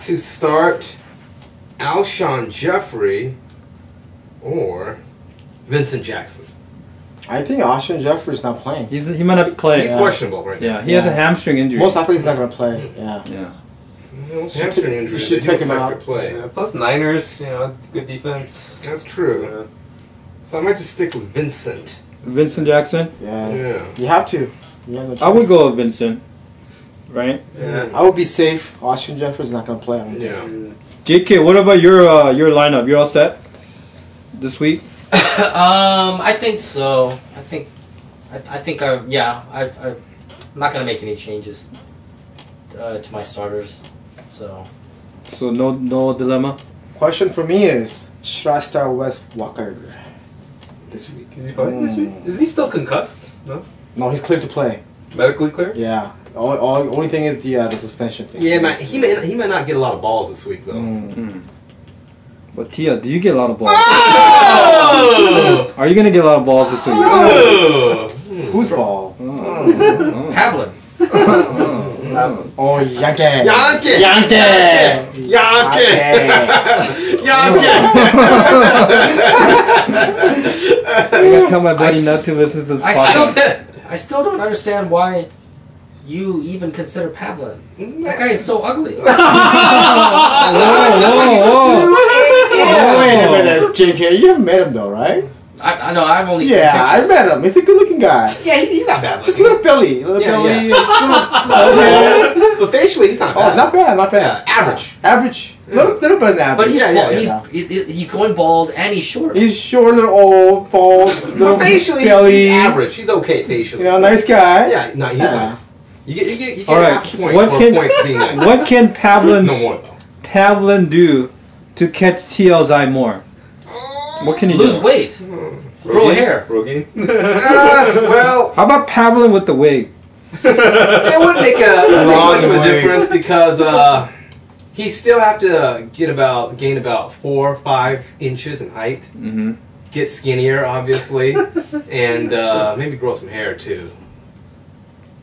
[SPEAKER 3] to start Alshon Jeffrey or Vincent Jackson.
[SPEAKER 5] I think Austin Jeffrey's not playing.
[SPEAKER 2] He's he might not be playing.
[SPEAKER 3] He's
[SPEAKER 5] Yeah.
[SPEAKER 3] questionable right
[SPEAKER 2] Yeah, he has a
[SPEAKER 5] Yeah.
[SPEAKER 2] hamstring injury.
[SPEAKER 5] Most likely he's not going to play. Yeah.
[SPEAKER 2] yeah.
[SPEAKER 3] now. Hamstring
[SPEAKER 5] You
[SPEAKER 3] injuries,
[SPEAKER 5] should
[SPEAKER 3] they do
[SPEAKER 5] take him
[SPEAKER 3] affect
[SPEAKER 5] out.
[SPEAKER 3] your play.
[SPEAKER 4] Yeah, plus Niners, you know, good defense.
[SPEAKER 3] That's true.
[SPEAKER 4] Uh,
[SPEAKER 3] So I might just stick with Vincent.
[SPEAKER 2] Vincent Jackson.
[SPEAKER 5] Yeah.
[SPEAKER 3] Yeah.
[SPEAKER 5] You have to. You have no choice.
[SPEAKER 2] I would go with Vincent. Right.
[SPEAKER 4] yeah.
[SPEAKER 5] I would be safe. Austin Jeffrey's not going to play. I don't think.
[SPEAKER 3] Yeah.
[SPEAKER 2] JK, what about your uh, your lineup? You're all set this week.
[SPEAKER 1] um, I think so. I think, I, I think I yeah. I, I, I'm not gonna make any changes uh, to my starters. So
[SPEAKER 2] So no no dilemma.
[SPEAKER 5] Question for me is should I start Wes Walker this week?
[SPEAKER 4] Is he playing this week? Is he still concussed? No?
[SPEAKER 5] No, he's clear to play.
[SPEAKER 4] Medically clear?
[SPEAKER 5] Yeah. All, all, only thing is the uh, the suspension thing.
[SPEAKER 3] Yeah, man, he may he may not get a lot of balls this week though.
[SPEAKER 5] Mm.
[SPEAKER 2] Hmm. But Tia, do you get a lot of balls?
[SPEAKER 5] Ah!
[SPEAKER 3] Oh!
[SPEAKER 2] Are you gonna get a lot of balls this week?
[SPEAKER 5] Ah!
[SPEAKER 2] Oh,
[SPEAKER 5] Who's ball?
[SPEAKER 1] Havlin.
[SPEAKER 5] Oh, Yankee.
[SPEAKER 3] Yankee!
[SPEAKER 5] Yankee.
[SPEAKER 3] Yankee!
[SPEAKER 2] I
[SPEAKER 3] Yankee!
[SPEAKER 2] gotta tell my buddy
[SPEAKER 1] I
[SPEAKER 2] not to listen to this
[SPEAKER 1] I
[SPEAKER 2] podcast.
[SPEAKER 1] I still don't understand why you even consider Pavlin. That guy is so ugly.
[SPEAKER 2] Whoa, whoa,
[SPEAKER 5] Oh, wait a minute, JK. You haven't met him though, right?
[SPEAKER 1] I, I know. I've only
[SPEAKER 5] Yeah,
[SPEAKER 1] seen
[SPEAKER 5] I
[SPEAKER 1] pictures.
[SPEAKER 5] met him. He's a good-looking guy.
[SPEAKER 3] Yeah, he- he's not bad.
[SPEAKER 5] Just
[SPEAKER 3] looking.
[SPEAKER 5] little belly, little
[SPEAKER 3] Yeah,
[SPEAKER 5] belly.
[SPEAKER 3] yeah.
[SPEAKER 5] Just little, little-
[SPEAKER 3] But facially, he's not
[SPEAKER 5] Oh,
[SPEAKER 3] bad.
[SPEAKER 5] not bad, not
[SPEAKER 3] Yeah,
[SPEAKER 5] bad.
[SPEAKER 3] average.
[SPEAKER 5] Average, little, little better than average.
[SPEAKER 1] But he's
[SPEAKER 3] Yeah, yeah,
[SPEAKER 1] bald.
[SPEAKER 5] yeah.
[SPEAKER 1] he's he- he- he's going bald and he's short.
[SPEAKER 5] He's short, little old, bald, little
[SPEAKER 3] But facially, he's,
[SPEAKER 5] belly.
[SPEAKER 3] he's average. He's okay facially.
[SPEAKER 5] You know, nice guy.
[SPEAKER 3] Yeah, no, he's
[SPEAKER 5] Yeah.
[SPEAKER 3] nice. You get, you get, you get
[SPEAKER 2] All right,
[SPEAKER 3] half a point
[SPEAKER 2] what's
[SPEAKER 3] for a
[SPEAKER 2] his-
[SPEAKER 3] point for being nice.
[SPEAKER 2] What can
[SPEAKER 3] No
[SPEAKER 2] Pavlin
[SPEAKER 3] more though.
[SPEAKER 2] Pavlin do to catch TL's eye more? What can he
[SPEAKER 1] Lose
[SPEAKER 2] do?
[SPEAKER 1] weight. Grow hair.
[SPEAKER 4] Rogaine?
[SPEAKER 3] Ah, well,
[SPEAKER 2] How about Pavlin with the wig?
[SPEAKER 3] it wouldn't make a it wouldn't make much of a
[SPEAKER 5] Long way.
[SPEAKER 3] difference because uh, he still have to get about gain about four five inches in height.
[SPEAKER 2] Mm-hmm.
[SPEAKER 3] get skinnier, obviously, and uh, maybe grow some hair too.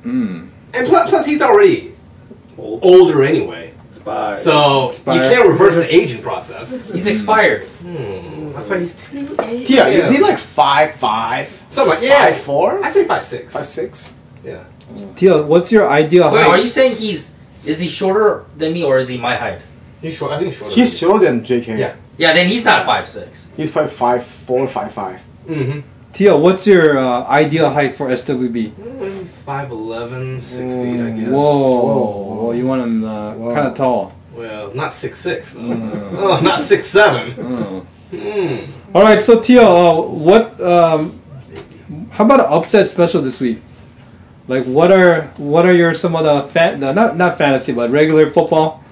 [SPEAKER 2] Mm.
[SPEAKER 3] And plus, plus he's already
[SPEAKER 4] Old
[SPEAKER 3] older anyway,
[SPEAKER 4] spy.
[SPEAKER 3] so
[SPEAKER 2] Expired.
[SPEAKER 3] you can't reverse the aging process.
[SPEAKER 1] He's expired.
[SPEAKER 3] Hmm, that's why he's two eight.
[SPEAKER 5] Yeah, is he like five five?
[SPEAKER 3] something like yeah?
[SPEAKER 5] Five four?
[SPEAKER 3] I say five six.
[SPEAKER 5] Five six?
[SPEAKER 3] Yeah.
[SPEAKER 2] Teal, what's your ideal
[SPEAKER 1] Wait,
[SPEAKER 2] height?
[SPEAKER 1] are you saying he's is he shorter than me or is he my height?
[SPEAKER 3] He's short. I think he's shorter.
[SPEAKER 5] He's shorter than JK.
[SPEAKER 3] Yeah.
[SPEAKER 1] Yeah, then he's not five six.
[SPEAKER 5] He's probably five four, five five.
[SPEAKER 3] hmm
[SPEAKER 2] Teal, what's your uh, ideal height for SWB?
[SPEAKER 3] Mm-hmm. 5'11", 6 feet, I guess.
[SPEAKER 2] Mm, Whoa. Well, you want him uh,
[SPEAKER 5] Whoa.
[SPEAKER 2] kind of tall.
[SPEAKER 3] Well, not six six. though. Oh, not six seven.
[SPEAKER 2] Oh.
[SPEAKER 3] Mm.
[SPEAKER 2] All right, so Teal, uh, what? Um, how about an upset special this week? Like, what are what are your some of the fan, the, not not fantasy but regular football?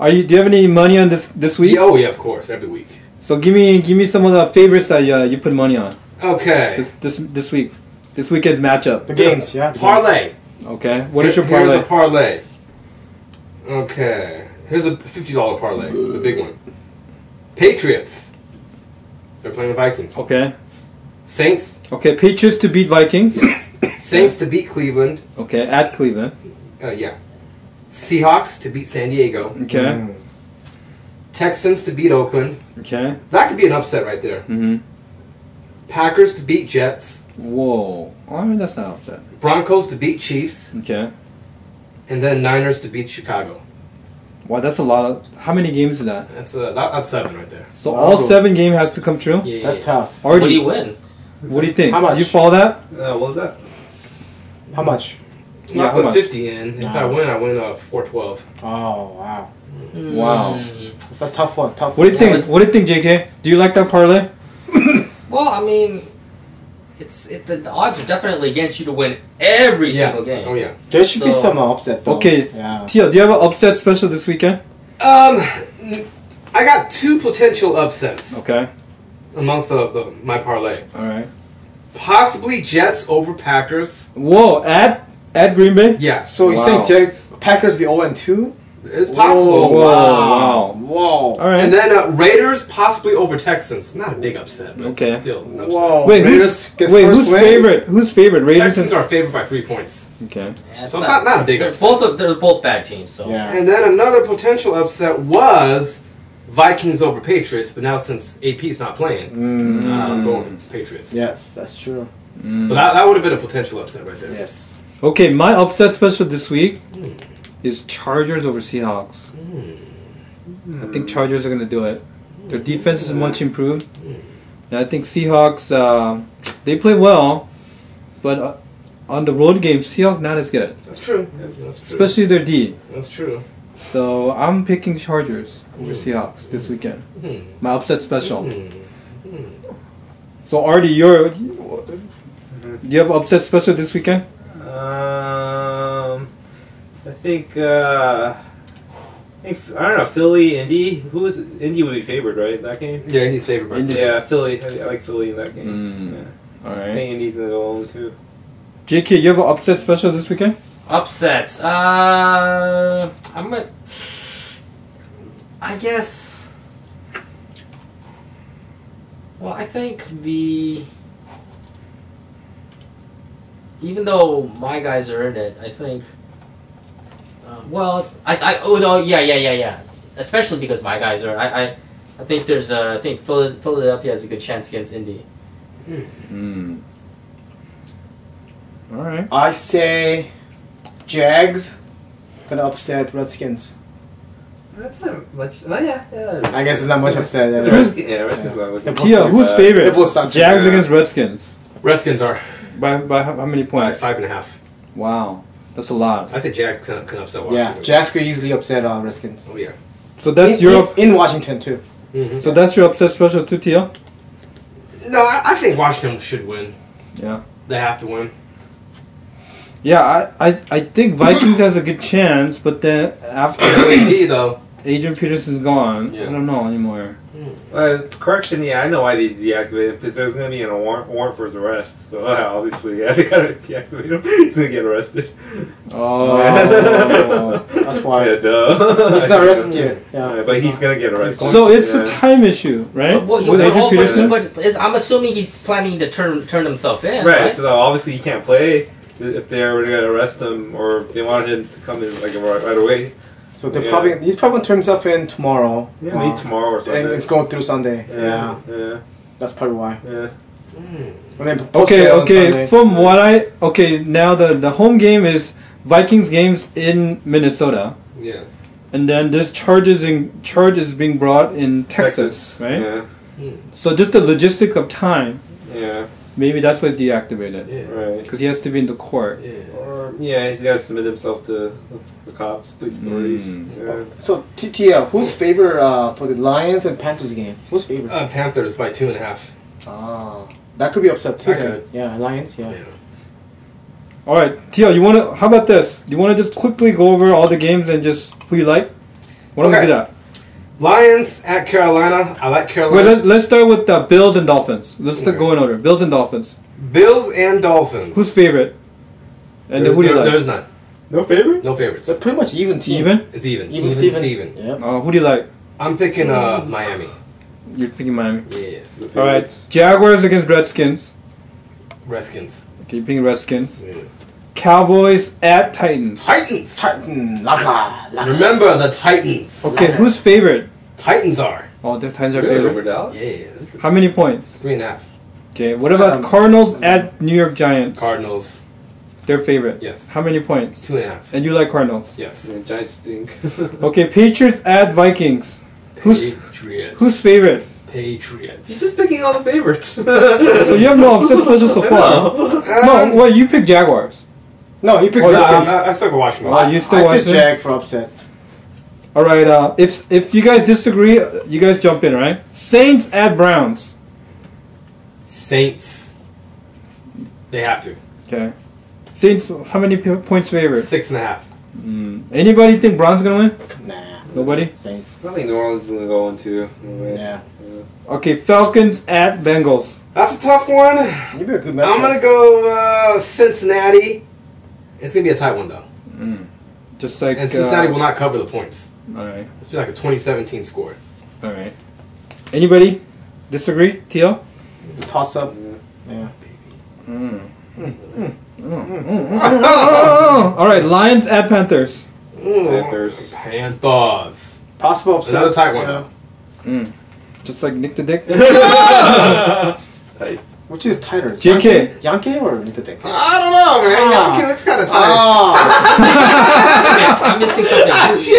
[SPEAKER 2] Are you do you have any money on this this week?
[SPEAKER 3] Yeah, oh yeah, of course, every week.
[SPEAKER 2] So give me give me some of the favorites that uh, you put money on
[SPEAKER 3] Okay.
[SPEAKER 2] this this this week, this weekend's matchup.
[SPEAKER 5] The games, yeah.
[SPEAKER 3] Parlay.
[SPEAKER 2] Okay, what is your
[SPEAKER 3] Here-
[SPEAKER 2] parlay?
[SPEAKER 3] Here's a parlay. Okay. Here's a fifty dollar parlay, the big one. Patriots. They're playing the Vikings.
[SPEAKER 2] Okay,
[SPEAKER 3] Saints.
[SPEAKER 2] okay, Patriots to beat Vikings.
[SPEAKER 3] Saints to beat Cleveland.
[SPEAKER 2] Okay, at Cleveland.
[SPEAKER 3] Uh, yeah. Seahawks to beat San Diego.
[SPEAKER 2] Okay,
[SPEAKER 5] Mm.
[SPEAKER 3] Texans to beat Oakland.
[SPEAKER 2] okay.
[SPEAKER 3] That could be an upset right there.
[SPEAKER 2] hmm
[SPEAKER 3] Packers to beat Jets.
[SPEAKER 2] Whoa, I mean that's not upset.
[SPEAKER 3] Broncos to beat Chiefs.
[SPEAKER 2] Okay.
[SPEAKER 3] And then Niners to beat Chicago.
[SPEAKER 2] Wow, that's a lot of. How many games is that?
[SPEAKER 3] That's uh, that, that's seven right there.
[SPEAKER 2] So
[SPEAKER 5] Wow.
[SPEAKER 2] all seven game has to come true.
[SPEAKER 3] Yeah,
[SPEAKER 5] That's tough.
[SPEAKER 1] What do
[SPEAKER 2] Already,
[SPEAKER 1] you
[SPEAKER 2] what,
[SPEAKER 1] win?
[SPEAKER 2] do you think?
[SPEAKER 5] How much?
[SPEAKER 2] Do you follow that?
[SPEAKER 4] Uh, what was that?
[SPEAKER 5] How much?
[SPEAKER 2] Yeah,
[SPEAKER 3] I
[SPEAKER 2] how
[SPEAKER 3] put
[SPEAKER 2] much?
[SPEAKER 3] fifty in. If I
[SPEAKER 5] Nah.
[SPEAKER 3] win, I win uh, four twelve.
[SPEAKER 5] Oh wow,
[SPEAKER 2] Wow.
[SPEAKER 1] Mm.
[SPEAKER 5] that's tough one. Tough.
[SPEAKER 2] What do you
[SPEAKER 5] one.
[SPEAKER 2] think?
[SPEAKER 1] let's-
[SPEAKER 2] What do you think, JK? Do you like that parlay?
[SPEAKER 1] Well, I mean, it's it, the, the odds are definitely against you to win every
[SPEAKER 3] Yeah.
[SPEAKER 1] single game.
[SPEAKER 3] Oh yeah.
[SPEAKER 5] There should be
[SPEAKER 1] So-
[SPEAKER 5] some upset though.
[SPEAKER 2] Okay.
[SPEAKER 5] Yeah.
[SPEAKER 2] Tia, do you have an upset special this weekend?
[SPEAKER 3] Um, n- I got two potential upsets
[SPEAKER 2] Okay.
[SPEAKER 3] amongst the, the my parlay.
[SPEAKER 2] All right.
[SPEAKER 3] Possibly Jets over Packers.
[SPEAKER 2] Whoa, at at Green Bay.
[SPEAKER 3] Yeah,
[SPEAKER 5] So you're
[SPEAKER 2] Wow.
[SPEAKER 5] saying Jack Packers be 0 and 2?
[SPEAKER 3] it's possible.
[SPEAKER 2] Whoa, wow.
[SPEAKER 5] Wow. Whoa.
[SPEAKER 2] All right.
[SPEAKER 3] And then uh, Raiders possibly over Texans. Not a big upset, but
[SPEAKER 2] Okay.
[SPEAKER 3] still an upset.
[SPEAKER 5] Whoa.
[SPEAKER 2] wait,
[SPEAKER 5] Raiders
[SPEAKER 2] who's,
[SPEAKER 5] gets
[SPEAKER 2] wait,
[SPEAKER 5] first
[SPEAKER 2] who's
[SPEAKER 5] win?
[SPEAKER 2] favorite? Who's favorite? Raiders.
[SPEAKER 3] Texans
[SPEAKER 2] And,
[SPEAKER 3] are favored by three points,
[SPEAKER 2] okay.
[SPEAKER 1] Yeah, it's
[SPEAKER 3] so it's not, not a big
[SPEAKER 1] they're
[SPEAKER 3] upset.
[SPEAKER 1] both of, they're both bad teams. So
[SPEAKER 5] Yeah.
[SPEAKER 3] And then another potential upset was Vikings over Patriots, but now since AP's not playing, uh,
[SPEAKER 5] Mm.
[SPEAKER 3] I'm going with the Patriots.
[SPEAKER 5] Yes, that's true.
[SPEAKER 3] But that, that would have been a potential upset right there.
[SPEAKER 5] Yes.
[SPEAKER 2] Okay, my upset special this week is Chargers over Seahawks. I think Chargers are going to do it. Their defense is much improved. And I think Seahawks, uh, they play well, but uh, on the road game, Seahawks not as good,
[SPEAKER 3] That's true. That's true.
[SPEAKER 2] especially their D.
[SPEAKER 3] That's true.
[SPEAKER 2] So I'm picking Chargers over Seahawks this weekend.
[SPEAKER 3] Hmm.
[SPEAKER 2] My upset special. So Artie, you're, do you have upset special this weekend?
[SPEAKER 4] Um, I think. Uh, I think I don't know Philly, Indy. Who was Indy would be favored, right? in That game.
[SPEAKER 3] Yeah, and he's favored by
[SPEAKER 2] Indy-
[SPEAKER 4] Yeah, Philly. I, I like Philly in that game.
[SPEAKER 2] Mm.
[SPEAKER 4] Yeah.
[SPEAKER 2] All
[SPEAKER 4] I
[SPEAKER 2] right.
[SPEAKER 4] think Indy's gonna go home too.
[SPEAKER 2] JK, you have an upset special this weekend?
[SPEAKER 1] upsets. Uh, I'm a, I guess. Well, I think the. Even though my guys are in it, I think. Uh, well, it's I, I oh no yeah yeah yeah yeah, especially because my guys are I I, I think there's uh, I think Phila- Philadelphia has a good chance against Indy.
[SPEAKER 2] Hmm. All right.
[SPEAKER 5] I say Jags gonna upset Redskins.
[SPEAKER 4] That's not much. Oh yeah, yeah.
[SPEAKER 5] I guess it's not much upset.
[SPEAKER 4] The
[SPEAKER 5] yeah.
[SPEAKER 4] Redskins, yeah, the Redskins are looking.
[SPEAKER 5] The
[SPEAKER 2] Tia,
[SPEAKER 5] Bulldogs,
[SPEAKER 2] who's
[SPEAKER 4] uh,
[SPEAKER 5] They
[SPEAKER 2] favorite?
[SPEAKER 5] both suck.
[SPEAKER 2] Jags
[SPEAKER 5] Yeah.
[SPEAKER 2] against Redskins.
[SPEAKER 3] Redskins are
[SPEAKER 2] By, by how, how many points?
[SPEAKER 3] five and a half.
[SPEAKER 2] Wow, that's a lot.
[SPEAKER 3] I think Jags can, can upset Washington.
[SPEAKER 5] Yeah, Jags could easily upset on Redskins.
[SPEAKER 3] Oh yeah.
[SPEAKER 2] So that's
[SPEAKER 5] in,
[SPEAKER 2] your up-
[SPEAKER 5] in, in Washington too.
[SPEAKER 3] Mhm.
[SPEAKER 2] so that's your upset special too, Tia.
[SPEAKER 3] No, I, I think Washington should win.
[SPEAKER 2] Yeah.
[SPEAKER 3] They have to win.
[SPEAKER 2] Yeah, I, I, I think Vikings has a good chance, but then after
[SPEAKER 3] AD though.
[SPEAKER 2] Adrian Peterson's gone,
[SPEAKER 3] Yeah.
[SPEAKER 2] I don't know anymore.
[SPEAKER 4] Uh, correction, yeah, I know why they deactivated him because there's gonna be a warrant, warrant for his arrest. So uh, obviously, yeah, they gotta deactivate him. He's gonna get arrested.
[SPEAKER 2] Oh,
[SPEAKER 5] That's why.
[SPEAKER 4] Yeah, duh.
[SPEAKER 5] It's not Redskins yet.
[SPEAKER 4] Yeah,
[SPEAKER 5] Yeah.
[SPEAKER 4] but he's gonna get arrested.
[SPEAKER 2] so it's
[SPEAKER 4] yeah.
[SPEAKER 2] a time issue, right?
[SPEAKER 1] But, what- but,
[SPEAKER 2] With Adrian
[SPEAKER 1] all- but,
[SPEAKER 2] Peterson.
[SPEAKER 1] but is- I'm assuming he's planning to turn turn himself in.
[SPEAKER 4] right,
[SPEAKER 1] right?
[SPEAKER 4] So obviously, he can't play if they were gonna arrest him or they wanted him to come in like right, right away.
[SPEAKER 5] So they
[SPEAKER 4] Yeah.
[SPEAKER 5] probably he's probably gonna turn himself in tomorrow.
[SPEAKER 4] Yeah,
[SPEAKER 5] Uh,
[SPEAKER 4] maybe tomorrow or
[SPEAKER 5] and
[SPEAKER 4] something.
[SPEAKER 5] it's going through Sunday. Yeah.
[SPEAKER 4] yeah,
[SPEAKER 5] that's probably why.
[SPEAKER 4] yeah.
[SPEAKER 3] Hmm.
[SPEAKER 5] And then post
[SPEAKER 2] Okay,
[SPEAKER 5] that on
[SPEAKER 2] okay.
[SPEAKER 5] Sunday.
[SPEAKER 2] From what I okay now the the home game is Vikings games in Minnesota,
[SPEAKER 3] Yes.
[SPEAKER 2] and then this charge is in charge is being brought in Texas, right? So just the logistic of time,
[SPEAKER 4] Yeah.
[SPEAKER 2] maybe that's what's deactivated
[SPEAKER 4] Yeah.
[SPEAKER 3] Yes.
[SPEAKER 4] Right.
[SPEAKER 2] because he has to be in the court.
[SPEAKER 3] Yes.
[SPEAKER 4] Or yeah, he's got to submit himself to the cops, police
[SPEAKER 2] Hmm.
[SPEAKER 4] authorities.
[SPEAKER 6] Mm.
[SPEAKER 4] Yeah.
[SPEAKER 5] So T- TL, who's favorite uh, for the Lions and Panthers game? Who's favorite?
[SPEAKER 3] Uh, Panthers by two and a half.
[SPEAKER 5] ah, that could be upset too.
[SPEAKER 3] That
[SPEAKER 5] then.
[SPEAKER 3] could.
[SPEAKER 5] Yeah, Lions. Yeah.
[SPEAKER 2] All right, Tio, you wanna? How about this? You wanna just quickly go over all the games and just who you like? Why don't we
[SPEAKER 3] Okay.
[SPEAKER 2] do that?
[SPEAKER 3] Lions at Carolina. I like Carolina.
[SPEAKER 2] Wait, let's let's start with the Bills and Dolphins. Let's
[SPEAKER 3] Okay.
[SPEAKER 2] go in order. Bills and Dolphins.
[SPEAKER 3] Bills and Dolphins.
[SPEAKER 2] Who's favorite? And then who do you
[SPEAKER 3] There-
[SPEAKER 2] like?
[SPEAKER 3] There's none.
[SPEAKER 4] No favorite.
[SPEAKER 3] No favorites.
[SPEAKER 5] They're pretty much even team.
[SPEAKER 2] Even?
[SPEAKER 3] It's even.
[SPEAKER 5] Even Steven.
[SPEAKER 3] Steven.
[SPEAKER 5] Yeah.
[SPEAKER 2] Uh, who do you like?
[SPEAKER 3] I'm picking uh, Miami.
[SPEAKER 2] You're picking Miami.
[SPEAKER 3] Yes.
[SPEAKER 2] All right, Jaguars against Redskins.
[SPEAKER 3] Redskins.
[SPEAKER 2] Okay, you're picking Redskins.
[SPEAKER 3] Yes.
[SPEAKER 2] Cowboys at Titans.
[SPEAKER 3] Titans.
[SPEAKER 5] Titan. Laka. Laka.
[SPEAKER 3] Remember the Titans.
[SPEAKER 2] Okay, who's favorite?
[SPEAKER 3] Titans are.
[SPEAKER 2] Oh, the Titans are
[SPEAKER 6] Really? Over
[SPEAKER 2] favorite.
[SPEAKER 6] Dallas?
[SPEAKER 3] Yes.
[SPEAKER 2] How many points?
[SPEAKER 3] Three and a half.
[SPEAKER 2] Okay, what about
[SPEAKER 5] Um,
[SPEAKER 2] Cardinals at New York Giants?
[SPEAKER 3] Cardinals.
[SPEAKER 2] Their favorite.
[SPEAKER 3] Yes.
[SPEAKER 2] How many points?
[SPEAKER 3] Two and a half.
[SPEAKER 2] And you like Cardinals.
[SPEAKER 3] Yes.
[SPEAKER 4] Yeah, Giants stink.
[SPEAKER 2] Okay, Patriots at Vikings. Who's
[SPEAKER 3] Patriots.
[SPEAKER 2] who's favorite?
[SPEAKER 4] He's
[SPEAKER 3] Patriots.
[SPEAKER 4] just picking all the favorites.
[SPEAKER 2] So you have no upset special so far.
[SPEAKER 4] No.
[SPEAKER 2] No, well you picked Jaguars.
[SPEAKER 5] No, he picked
[SPEAKER 2] Oh,
[SPEAKER 3] No,
[SPEAKER 5] Redskins.
[SPEAKER 3] I, I- I still go Washington.
[SPEAKER 2] Wow, you still
[SPEAKER 5] I
[SPEAKER 2] watch
[SPEAKER 5] said
[SPEAKER 2] it?
[SPEAKER 5] Jag for upset.
[SPEAKER 2] All right. Uh, if if you guys disagree, uh, you guys jump in, right? Saints at Browns.
[SPEAKER 3] Saints. They have to.
[SPEAKER 2] Okay. Saints. How many p- points favorite?
[SPEAKER 3] Six and a half.
[SPEAKER 2] Mm. Anybody think Browns gonna win?
[SPEAKER 5] Nah.
[SPEAKER 2] Nobody?
[SPEAKER 5] Saints.
[SPEAKER 4] I think New Orleans is gonna go into.
[SPEAKER 5] Yeah.
[SPEAKER 2] Okay, Falcons at Bengals.
[SPEAKER 3] That's a tough one.
[SPEAKER 5] You'd be a good match.
[SPEAKER 3] I'm gonna go uh, Cincinnati. It's gonna be a tight one though,
[SPEAKER 2] Just like
[SPEAKER 3] and Cincinnati
[SPEAKER 2] uh,
[SPEAKER 3] will not cover the points.
[SPEAKER 2] Hmm. All right.
[SPEAKER 3] It's be like a 2017 score.
[SPEAKER 2] All right. Anybody disagree? Teal.
[SPEAKER 5] toss up. Yeah.
[SPEAKER 2] Hmm. All right. Lions at Panthers.
[SPEAKER 3] Oh.
[SPEAKER 4] Panthers.
[SPEAKER 3] Panthers.
[SPEAKER 5] Possible upset.
[SPEAKER 3] Another tight one
[SPEAKER 5] yeah.
[SPEAKER 3] though.
[SPEAKER 2] Just like Nick the Dick.
[SPEAKER 5] Which is tighter?
[SPEAKER 2] JK.
[SPEAKER 5] Yankee- Yankee or Nitadek?
[SPEAKER 3] I don't know, man.
[SPEAKER 5] Ah.
[SPEAKER 3] Yeah, okay, that's kind of tight.
[SPEAKER 5] Ah.
[SPEAKER 1] I'm missing something. Who,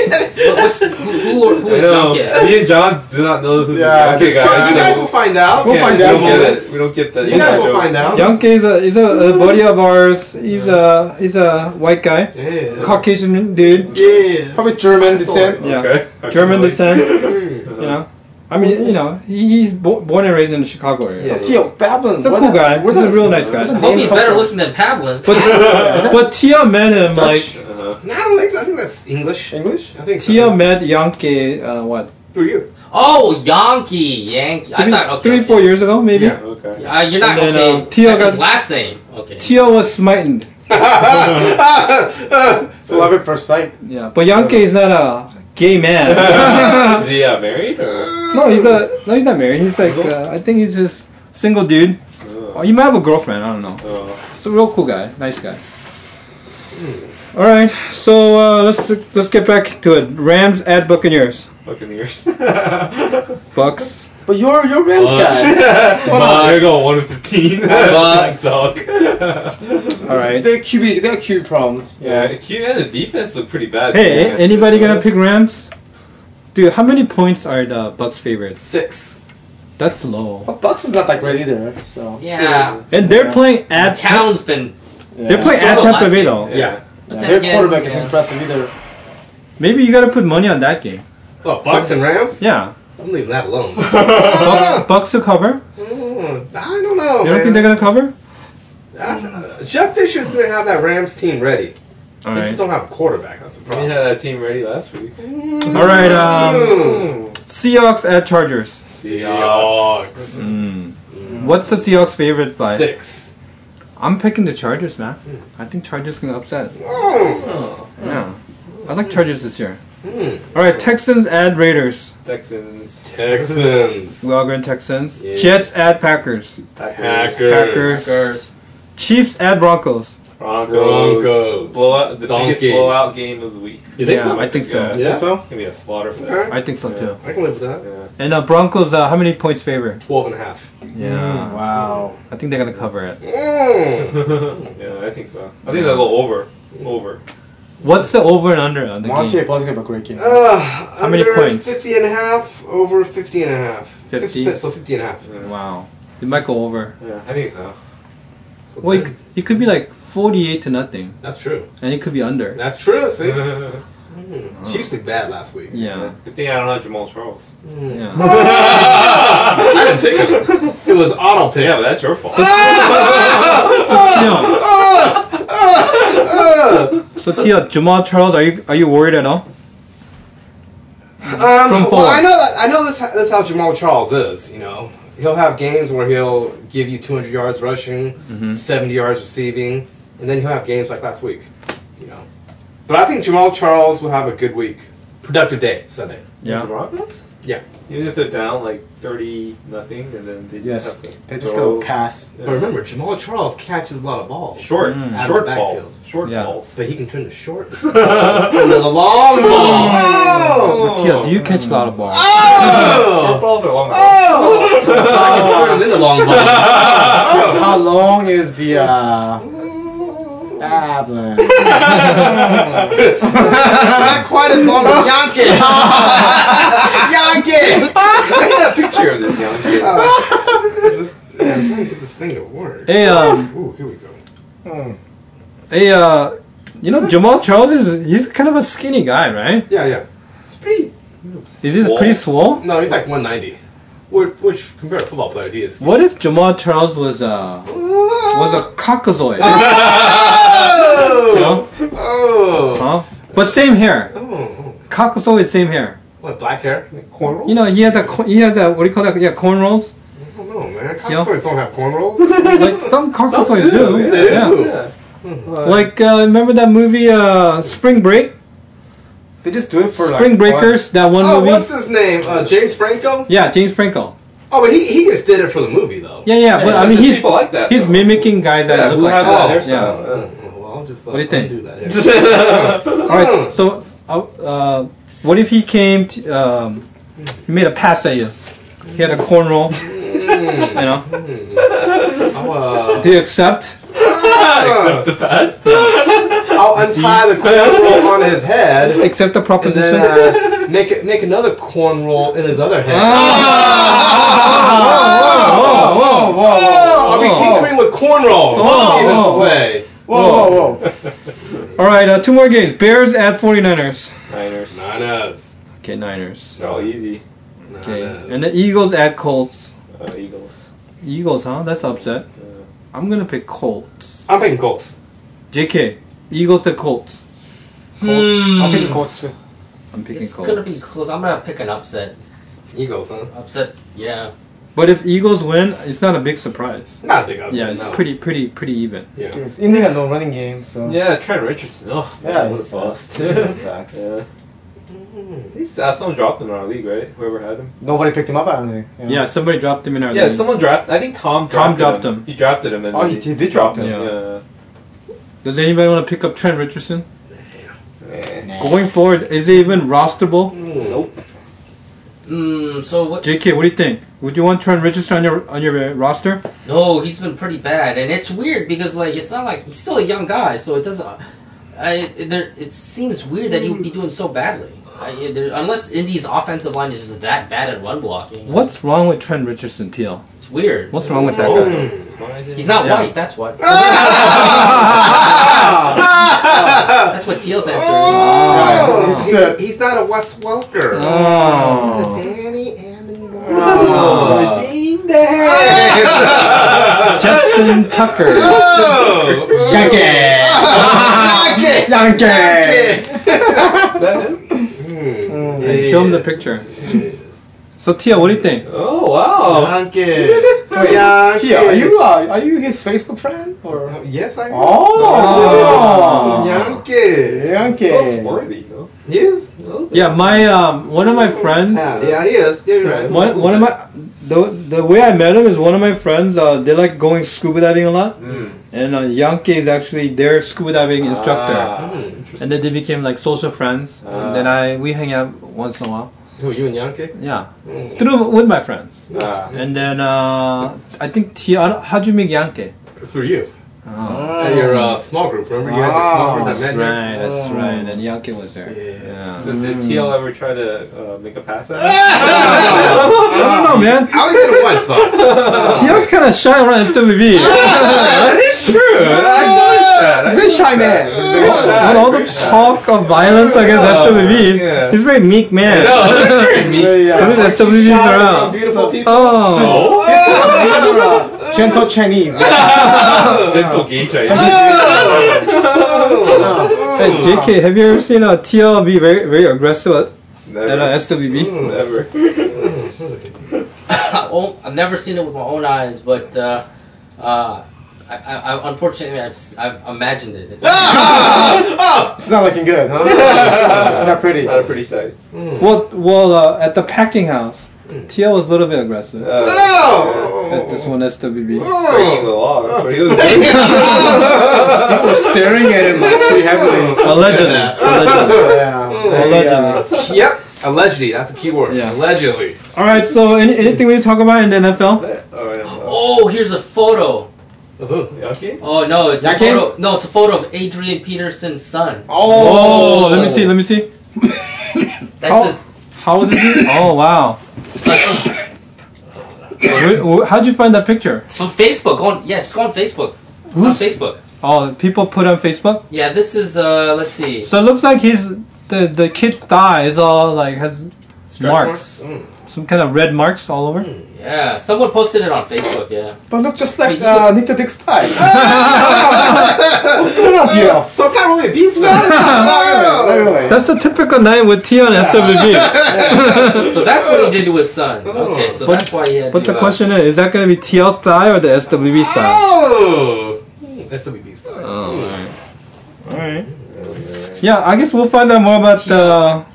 [SPEAKER 1] what- what's, who, who, or- who
[SPEAKER 4] I
[SPEAKER 1] is
[SPEAKER 4] know.
[SPEAKER 1] Nokia?
[SPEAKER 4] Me and John do not know who
[SPEAKER 5] Yeah,
[SPEAKER 4] this
[SPEAKER 5] this
[SPEAKER 4] guy
[SPEAKER 3] Uh,
[SPEAKER 4] is.
[SPEAKER 3] you guys will find out.
[SPEAKER 5] We'll
[SPEAKER 4] Yeah,
[SPEAKER 5] find
[SPEAKER 4] we
[SPEAKER 5] out.
[SPEAKER 4] don't get
[SPEAKER 5] Yeah.
[SPEAKER 4] it. We don't get that.
[SPEAKER 3] You guys
[SPEAKER 4] inside
[SPEAKER 3] will
[SPEAKER 4] joke.
[SPEAKER 3] find out.
[SPEAKER 2] Yonke is a is a, a buddy of ours. He's a he's a white guy,
[SPEAKER 3] Yeah.
[SPEAKER 2] Caucasian dude.
[SPEAKER 3] Yeah.
[SPEAKER 5] Probably German descent.
[SPEAKER 2] Yeah.
[SPEAKER 4] Okay. I
[SPEAKER 2] German
[SPEAKER 4] can tell
[SPEAKER 2] descent,
[SPEAKER 3] Mm.
[SPEAKER 2] you know. I mean, you know, he, he's bo- born and raised in the Chicago area.
[SPEAKER 3] Yeah.
[SPEAKER 5] Tio, Babylon.
[SPEAKER 2] He's a
[SPEAKER 5] what
[SPEAKER 2] cool
[SPEAKER 5] the-
[SPEAKER 2] guy.
[SPEAKER 5] where's
[SPEAKER 2] He's a
[SPEAKER 5] that-
[SPEAKER 2] real nice
[SPEAKER 5] where's
[SPEAKER 2] guy.
[SPEAKER 5] that
[SPEAKER 1] Hope
[SPEAKER 5] name
[SPEAKER 1] he's
[SPEAKER 5] come
[SPEAKER 1] better
[SPEAKER 5] from?
[SPEAKER 1] looking than Pavlin.
[SPEAKER 2] But Tia met him like
[SPEAKER 4] you. Uh-huh.
[SPEAKER 3] No, I don't think so. I think that's English.
[SPEAKER 5] English?
[SPEAKER 3] I think so.
[SPEAKER 2] Tia met Yonke uh, what
[SPEAKER 3] through you.
[SPEAKER 1] oh, Yankee, Yankee. I
[SPEAKER 2] three,
[SPEAKER 1] thought okay,
[SPEAKER 2] three,
[SPEAKER 1] okay.
[SPEAKER 2] four years ago maybe.
[SPEAKER 3] Yeah.
[SPEAKER 4] Okay.
[SPEAKER 1] Uh, you're not
[SPEAKER 2] And then,
[SPEAKER 1] okay.
[SPEAKER 2] um, Tio
[SPEAKER 1] That's his
[SPEAKER 2] got-
[SPEAKER 1] last name. Okay.
[SPEAKER 2] Tia was smitened.
[SPEAKER 5] It's love at first sight.
[SPEAKER 2] Yeah, but Yonke is not a gay man.
[SPEAKER 4] Is he uh, married? Or?
[SPEAKER 2] no, he's a no, he's not married. He's like uh, I think he's just single dude. Oh, he might have a girlfriend. I don't know.
[SPEAKER 4] Oh.
[SPEAKER 2] He's a real cool guy, nice guy.
[SPEAKER 3] Hmm.
[SPEAKER 2] All right, so uh, let's let's get back to it. Rams at Buccaneers.
[SPEAKER 4] Buccaneers.
[SPEAKER 2] Bucks.
[SPEAKER 5] But you're you're Rams
[SPEAKER 2] Uh,
[SPEAKER 5] guy.
[SPEAKER 4] There you go, 1 of 15.
[SPEAKER 1] Bucks.
[SPEAKER 4] Dog.
[SPEAKER 2] All right.
[SPEAKER 5] They're QB. They're QB problems.
[SPEAKER 4] Yeah, Q and the defense look pretty bad.
[SPEAKER 2] Hey,
[SPEAKER 4] Yeah.
[SPEAKER 2] anybody gonna pick Rams? Dude, how many points are the Bucks favorites?
[SPEAKER 3] Six.
[SPEAKER 2] That's low.
[SPEAKER 5] But Bucks is not that great either. So
[SPEAKER 1] Yeah.
[SPEAKER 2] And they're playing at
[SPEAKER 1] Town's been.
[SPEAKER 5] yeah.
[SPEAKER 2] they're playing
[SPEAKER 1] Still
[SPEAKER 2] at
[SPEAKER 1] the
[SPEAKER 2] Tampa
[SPEAKER 1] last
[SPEAKER 2] Bay
[SPEAKER 1] game.
[SPEAKER 2] though.
[SPEAKER 4] Yeah.
[SPEAKER 5] Yeah,
[SPEAKER 1] Then
[SPEAKER 5] their
[SPEAKER 1] again,
[SPEAKER 5] quarterback is
[SPEAKER 1] yeah.
[SPEAKER 5] impressive either.
[SPEAKER 2] Maybe you gotta put money on that game.
[SPEAKER 3] Oh, Bucks and Rams.
[SPEAKER 2] Yeah.
[SPEAKER 3] I'm leaving that alone.
[SPEAKER 1] Uh-huh.
[SPEAKER 2] Bucks, Bucks to cover.
[SPEAKER 3] Mm, I don't know.
[SPEAKER 2] You don't think
[SPEAKER 3] man.
[SPEAKER 2] they're gonna cover?
[SPEAKER 3] That's- uh, Jeff Fisher's gonna have that Rams team ready.
[SPEAKER 2] All
[SPEAKER 3] They
[SPEAKER 2] right.
[SPEAKER 3] just don't have a quarterback. That's the
[SPEAKER 4] We
[SPEAKER 3] problem.
[SPEAKER 4] had that team ready last week.
[SPEAKER 2] All right. Um,
[SPEAKER 3] Mm.
[SPEAKER 2] Seahawks at Chargers.
[SPEAKER 3] Seahawks.
[SPEAKER 2] Hmm. What's the Seahawks favorite by?
[SPEAKER 3] Six.
[SPEAKER 2] I'm picking the Chargers, man. I think Chargers gonna upset.
[SPEAKER 3] Mm.
[SPEAKER 2] Yeah, I like Chargers this year.
[SPEAKER 3] Mm.
[SPEAKER 2] All right, Texans at Raiders.
[SPEAKER 4] Texans.
[SPEAKER 3] Texans.
[SPEAKER 2] We all going Texans.
[SPEAKER 3] Yeah.
[SPEAKER 2] Jets at Packers.
[SPEAKER 3] Packers.
[SPEAKER 2] Packers.
[SPEAKER 1] Packers.
[SPEAKER 2] Chiefs at Broncos.
[SPEAKER 4] Broncos.
[SPEAKER 3] Broncos.
[SPEAKER 4] Blowout. The
[SPEAKER 3] Donkeys.
[SPEAKER 4] biggest blowout game of the week.
[SPEAKER 2] You
[SPEAKER 3] think
[SPEAKER 2] yeah,
[SPEAKER 3] so?
[SPEAKER 2] I think so.
[SPEAKER 4] Yeah.
[SPEAKER 5] Think
[SPEAKER 3] Yeah,
[SPEAKER 5] So?
[SPEAKER 4] It's gonna be a slaughter
[SPEAKER 3] Okay.
[SPEAKER 4] fest.
[SPEAKER 2] I think so
[SPEAKER 4] Yeah.
[SPEAKER 2] too.
[SPEAKER 3] I can live with that.
[SPEAKER 4] Yeah.
[SPEAKER 2] And uh, Broncos, uh, how many points favor?
[SPEAKER 3] 12 and a half.
[SPEAKER 2] Yeah,
[SPEAKER 5] Mm, Wow.
[SPEAKER 2] I think they're gonna cover it.
[SPEAKER 3] Mm.
[SPEAKER 4] yeah, I think so. I think they'll go over. Over.
[SPEAKER 2] What's the over and under on the
[SPEAKER 5] Monte
[SPEAKER 2] game?
[SPEAKER 5] Buzz gave a great game.
[SPEAKER 3] Uh,
[SPEAKER 2] How many
[SPEAKER 3] under
[SPEAKER 2] points?
[SPEAKER 3] 50 and a half, over 50 and a half.
[SPEAKER 2] 50?
[SPEAKER 3] so 50 and a half.
[SPEAKER 2] Wow, it might go over.
[SPEAKER 4] Yeah, I think so.
[SPEAKER 3] So
[SPEAKER 2] Well, it,
[SPEAKER 3] good.
[SPEAKER 2] c- it could be like forty-eight to nothing,
[SPEAKER 3] That's true.
[SPEAKER 2] and it could be under.
[SPEAKER 3] That's true, see?
[SPEAKER 4] Good
[SPEAKER 3] Mm. Chiefs look bad last week.
[SPEAKER 2] Yeah,
[SPEAKER 4] thing I don't have Jamal Charles.
[SPEAKER 3] Mm.
[SPEAKER 2] yeah.
[SPEAKER 3] I didn't pick him. It was auto pick. Ah!
[SPEAKER 4] Yeah, but that's your fault.
[SPEAKER 2] Tio,
[SPEAKER 3] Ah!
[SPEAKER 2] so Tio, Jamal Charles, are you are you worried at all?
[SPEAKER 3] Um,
[SPEAKER 2] From
[SPEAKER 3] well,
[SPEAKER 2] four.
[SPEAKER 3] I know that I know this. That's how Jamal Charles is. You know, he'll have games where he'll give you 200 yards rushing,
[SPEAKER 2] Mm-hmm.
[SPEAKER 3] 70 yards receiving, and then he'll have games like last week. You know, but I think Jamal Charles will have a good week, productive day Sunday.
[SPEAKER 4] The
[SPEAKER 2] Yeah.
[SPEAKER 4] Broncos?
[SPEAKER 3] Yeah.
[SPEAKER 4] Even if they're down like thirty nothing, and then they just
[SPEAKER 5] Yes.
[SPEAKER 4] have to.
[SPEAKER 5] They just
[SPEAKER 4] throw-
[SPEAKER 5] go pass.
[SPEAKER 4] Yeah.
[SPEAKER 3] But remember, Jamal Charles catches a lot of balls.
[SPEAKER 4] short,
[SPEAKER 2] Mm.
[SPEAKER 3] Out of
[SPEAKER 4] short
[SPEAKER 3] the backfield.
[SPEAKER 4] balls, short
[SPEAKER 2] Yeah.
[SPEAKER 4] balls.
[SPEAKER 3] but he can turn the short balls into the long ball.
[SPEAKER 2] But Tio, do you catch a lot of balls?
[SPEAKER 4] Short
[SPEAKER 3] Oh!
[SPEAKER 4] balls or long balls?
[SPEAKER 3] Oh! So I can turn it into long ball.
[SPEAKER 5] So how long is the uh Babylon?
[SPEAKER 3] Not quite as long as Yankees. Yankees.
[SPEAKER 4] I got a picture of this young kid.
[SPEAKER 3] Oh. I'm trying to get this thing to work.
[SPEAKER 2] Hey, um,
[SPEAKER 3] Ooh, here we go.
[SPEAKER 2] hey, uh, you know Jamal Charles is he's kind of a skinny guy, right?
[SPEAKER 3] Yeah, yeah. It's pretty.
[SPEAKER 2] Is he pretty swole?
[SPEAKER 3] No, he's like 190. Which, which compared to football player, he is.
[SPEAKER 2] What if Jamal Charles was uh was a cockazoid? You
[SPEAKER 3] Oh!
[SPEAKER 2] know?
[SPEAKER 3] Oh!
[SPEAKER 2] Huh? But same hair.
[SPEAKER 3] Oh!
[SPEAKER 2] Cockazoid is same hair.
[SPEAKER 3] What black hair?
[SPEAKER 4] Cornrow?
[SPEAKER 2] You know, he had the co- he has a what do you call that? Yeah, cornrows.
[SPEAKER 3] I don't know, man.
[SPEAKER 2] Yeah.
[SPEAKER 3] Cockazoids don't have cornrows.
[SPEAKER 2] Like some cockazoids
[SPEAKER 4] do,
[SPEAKER 2] do.
[SPEAKER 4] yeah.
[SPEAKER 3] They
[SPEAKER 2] Yeah.
[SPEAKER 3] do.
[SPEAKER 4] Yeah.
[SPEAKER 2] Like uh, remember that movie uh, Spring Break?
[SPEAKER 5] They just do it for like
[SPEAKER 2] Spring Breakers. That one
[SPEAKER 3] Oh, what's
[SPEAKER 2] movie.
[SPEAKER 3] his name? Uh, James Franco.
[SPEAKER 2] Yeah, James Franco.
[SPEAKER 3] Oh, but he, he just did it for the movie though.
[SPEAKER 2] Yeah, yeah. But
[SPEAKER 4] Yeah,
[SPEAKER 2] I mean,
[SPEAKER 4] there's
[SPEAKER 2] he's
[SPEAKER 4] people like that.
[SPEAKER 2] he's
[SPEAKER 4] though.
[SPEAKER 2] mimicking guys that
[SPEAKER 4] Yeah,
[SPEAKER 2] look
[SPEAKER 4] who
[SPEAKER 2] like
[SPEAKER 4] have
[SPEAKER 2] that.
[SPEAKER 4] that hairstyle.
[SPEAKER 2] yeah.
[SPEAKER 4] Yeah.
[SPEAKER 3] Oh, well, I'll just
[SPEAKER 2] What do you think?
[SPEAKER 3] do that. Here.
[SPEAKER 2] All right. So, uh, uh, what if he came? To, um, he made a pass at you. He had a cornrow.
[SPEAKER 4] Mm.
[SPEAKER 2] you know?
[SPEAKER 3] I'll, uh,
[SPEAKER 2] Do you accept?
[SPEAKER 4] Except the past.
[SPEAKER 3] I'll untie the cornrow on his head.
[SPEAKER 2] Accept the
[SPEAKER 3] And
[SPEAKER 2] proposition?
[SPEAKER 3] then uh, make it, make another corn roll in his other hand.
[SPEAKER 2] Whoa, whoa, whoa, whoa.
[SPEAKER 3] Oh, I'll be
[SPEAKER 2] Ah. Whoa.
[SPEAKER 3] tinkering with corn rolls.
[SPEAKER 2] Whoa,
[SPEAKER 3] Jesus
[SPEAKER 2] whoa, whoa.
[SPEAKER 3] say.
[SPEAKER 5] Whoa, whoa, whoa.
[SPEAKER 2] All right, uh, two more games. Bears at 49ers.
[SPEAKER 4] Niners.
[SPEAKER 3] Nanas.
[SPEAKER 2] Okay, Niners.
[SPEAKER 4] All easy.
[SPEAKER 2] Okay.
[SPEAKER 3] Nanas.
[SPEAKER 2] And the Eagles at Colts.
[SPEAKER 4] Uh, Eagles. Uh,
[SPEAKER 2] Eagles, huh? That's upset. I'm going to pick Colts.
[SPEAKER 3] I'm picking Colts.
[SPEAKER 2] JK, Eagles to Colts.
[SPEAKER 1] Mm.
[SPEAKER 5] I'll pick Colts.
[SPEAKER 2] I'm picking
[SPEAKER 1] Hmm. It's
[SPEAKER 2] Colts.
[SPEAKER 1] gonna be close. I'm gonna pick an upset.
[SPEAKER 3] Eagles, huh?
[SPEAKER 1] Upset, yeah.
[SPEAKER 2] But if Eagles win, it's not a big surprise.
[SPEAKER 3] Not a big upset.
[SPEAKER 2] Yeah, it's
[SPEAKER 3] no.
[SPEAKER 2] pretty, pretty, pretty even.
[SPEAKER 3] Yeah.
[SPEAKER 5] India had no running game, so
[SPEAKER 4] Yeah, Trent Richardson. Oh,
[SPEAKER 5] Yeah,
[SPEAKER 4] what
[SPEAKER 5] he
[SPEAKER 4] a bust.
[SPEAKER 5] sucks. He sucks.
[SPEAKER 4] yeah. He's, uh, someone dropped him in our league, right? Whoever had him.
[SPEAKER 5] Nobody picked him up. I don't think.
[SPEAKER 2] Yeah, somebody dropped him in our
[SPEAKER 4] Yeah,
[SPEAKER 2] league.
[SPEAKER 4] someone dropped. I think Tom.
[SPEAKER 2] Tom
[SPEAKER 4] drafted
[SPEAKER 2] dropped him.
[SPEAKER 4] He drafted him. And
[SPEAKER 5] Oh, he, he did drop him.
[SPEAKER 2] Yeah.
[SPEAKER 4] Yeah.
[SPEAKER 2] Does anybody want to pick up Trent Richardson?
[SPEAKER 4] Eh,
[SPEAKER 2] Going forward, is he even rosterable?
[SPEAKER 4] Nope.
[SPEAKER 1] Mm, so what?
[SPEAKER 2] JK, what do you think? Would you want Trent Richardson on your on your uh, roster?
[SPEAKER 1] No, he's been pretty bad, and it's weird because like it's not like he's still a young guy, so it doesn't. I there, it seems weird that he would be doing so badly. I, there, unless Indy's offensive line is just that bad at run blocking.
[SPEAKER 2] What's wrong with Trent Richardson, Teal?
[SPEAKER 1] It's weird.
[SPEAKER 2] What's wrong with that
[SPEAKER 4] Oh,
[SPEAKER 2] guy?
[SPEAKER 4] why is he-
[SPEAKER 1] He's not
[SPEAKER 2] Yeah.
[SPEAKER 1] white. That's what. that's what Teal's answer. is.
[SPEAKER 5] Ah,
[SPEAKER 3] Oh,
[SPEAKER 5] he's
[SPEAKER 3] he-
[SPEAKER 5] the-
[SPEAKER 3] he's not a Wes Welker.
[SPEAKER 2] Oh.
[SPEAKER 3] Danny Amendola.
[SPEAKER 5] Oh.
[SPEAKER 2] Justin Tucker.
[SPEAKER 3] Oh.
[SPEAKER 5] Yankee. Yankee.
[SPEAKER 4] Is that him?
[SPEAKER 2] Hey, show him the picture. So, Tia, what do you think?
[SPEAKER 4] Oh wow.
[SPEAKER 3] Yankee.
[SPEAKER 5] Wait, Tia, are you uh, are you his Facebook friend or?
[SPEAKER 3] Yes, I am.
[SPEAKER 5] Oh,
[SPEAKER 3] Yankee.
[SPEAKER 5] Yankee.
[SPEAKER 4] That's worthy, no?
[SPEAKER 3] He is.
[SPEAKER 2] Yeah, my um, one of my friends.
[SPEAKER 3] Yeah, he is. Yeah, you're right.
[SPEAKER 2] One,
[SPEAKER 3] Mm.
[SPEAKER 2] one of my the the way I met him is one of my friends. Uh, they like going scuba diving a lot, And uh, Yanke is actually their scuba diving instructor.
[SPEAKER 4] Ah,
[SPEAKER 2] And then they became like social friends.
[SPEAKER 4] Ah.
[SPEAKER 2] and then I we hang out once in a while.
[SPEAKER 3] Who Oh, you and Yanke?
[SPEAKER 2] Yeah, through with my friends.
[SPEAKER 4] ah.
[SPEAKER 2] And then uh, I think Tia, I don't- how'd you make Yanke?
[SPEAKER 3] Mm. Through you.
[SPEAKER 2] Oh,
[SPEAKER 3] At your uh, small group. Remember you had your small group
[SPEAKER 2] that's
[SPEAKER 3] that met
[SPEAKER 2] right.
[SPEAKER 3] here?
[SPEAKER 2] That's right. And Yanke was there. Yeah.
[SPEAKER 4] So did TL ever try to uh, make a pass at
[SPEAKER 2] I
[SPEAKER 4] him?
[SPEAKER 2] don't know, man.
[SPEAKER 3] I only did it once though.
[SPEAKER 2] Tia's kind of shy around SWV.
[SPEAKER 4] that is true. I noticed that.
[SPEAKER 5] Very shy man.
[SPEAKER 4] Very shy,
[SPEAKER 2] With all the
[SPEAKER 4] very shy.
[SPEAKER 2] talk of violence against SWV,
[SPEAKER 4] yeah.
[SPEAKER 2] he's a very meek man.
[SPEAKER 5] Very, uh,
[SPEAKER 2] Look at the SWVs
[SPEAKER 5] shy
[SPEAKER 2] around.
[SPEAKER 5] Beautiful people.
[SPEAKER 2] Oh,
[SPEAKER 5] Uh, Gentle Chinese.
[SPEAKER 4] Ah. Gentle gay Chinese.
[SPEAKER 2] hey, JK, have you ever seen a TL be very, very aggressive at, at
[SPEAKER 4] Never.
[SPEAKER 2] a SWV?
[SPEAKER 4] Never.
[SPEAKER 1] I won't- Oh, I've never seen it with my own eyes, but uh, uh, I, I, I, unfortunately, I've, s- I've imagined it. It's,
[SPEAKER 2] Ah!
[SPEAKER 3] Oh,
[SPEAKER 5] It's not looking good, huh? it's not pretty.
[SPEAKER 4] Not a pretty sight.
[SPEAKER 2] Well, well, uh, at the packing house, TL was a little bit aggressive
[SPEAKER 4] Uh,
[SPEAKER 2] at
[SPEAKER 3] Oh!
[SPEAKER 2] this one SWV.
[SPEAKER 4] breaking the law. That's what he was doing.
[SPEAKER 5] People staring at him like pretty heavily.
[SPEAKER 2] Allegedly, allegedly,
[SPEAKER 5] Yeah. Very, uh,
[SPEAKER 2] allegedly.
[SPEAKER 3] Yep. Allegedly, that's the key word.
[SPEAKER 2] Yeah.
[SPEAKER 3] Allegedly.
[SPEAKER 2] All right, so any, anything we talk about in the NFL?
[SPEAKER 4] All right. well,
[SPEAKER 1] oh, here's a photo.
[SPEAKER 3] Of who?
[SPEAKER 4] Yucky?
[SPEAKER 1] Oh no, it's a
[SPEAKER 5] Yakin?
[SPEAKER 1] photo. No, it's a photo of Adrian Peterson's son.
[SPEAKER 2] Oh, let me see, let me see.
[SPEAKER 1] That's
[SPEAKER 2] Oh.
[SPEAKER 1] his.
[SPEAKER 2] How old is he? Oh, wow. Wh- wh- How'd you find that picture?
[SPEAKER 1] It's from Facebook. Go on, yeah, just go on Facebook. It's on
[SPEAKER 2] Who's-
[SPEAKER 1] Facebook.
[SPEAKER 2] Oh, people put on Facebook.
[SPEAKER 1] Yeah, this is. uh Let's see.
[SPEAKER 2] So it looks like his the the kid's thigh is all like has marks, Hmm.
[SPEAKER 3] marks?
[SPEAKER 2] some kind of red marks all over.
[SPEAKER 1] Yeah, someone posted it on Facebook. Yeah.
[SPEAKER 5] But look just like uh, Nita Dick's thigh. What's going on here?
[SPEAKER 3] So it's not really a beast
[SPEAKER 5] Not
[SPEAKER 3] now.
[SPEAKER 5] really.
[SPEAKER 2] That's a typical night with T on SWV.
[SPEAKER 1] So that's what he did to his son. Okay, so
[SPEAKER 2] Oh. But-
[SPEAKER 1] that's why he had.
[SPEAKER 2] But
[SPEAKER 1] to,
[SPEAKER 2] the
[SPEAKER 1] uh,
[SPEAKER 2] question is, is that going to be TL's thigh or the SWV thigh?
[SPEAKER 3] Oh! That's the beast now.
[SPEAKER 2] Oh, Yeah, I guess we'll find out more about the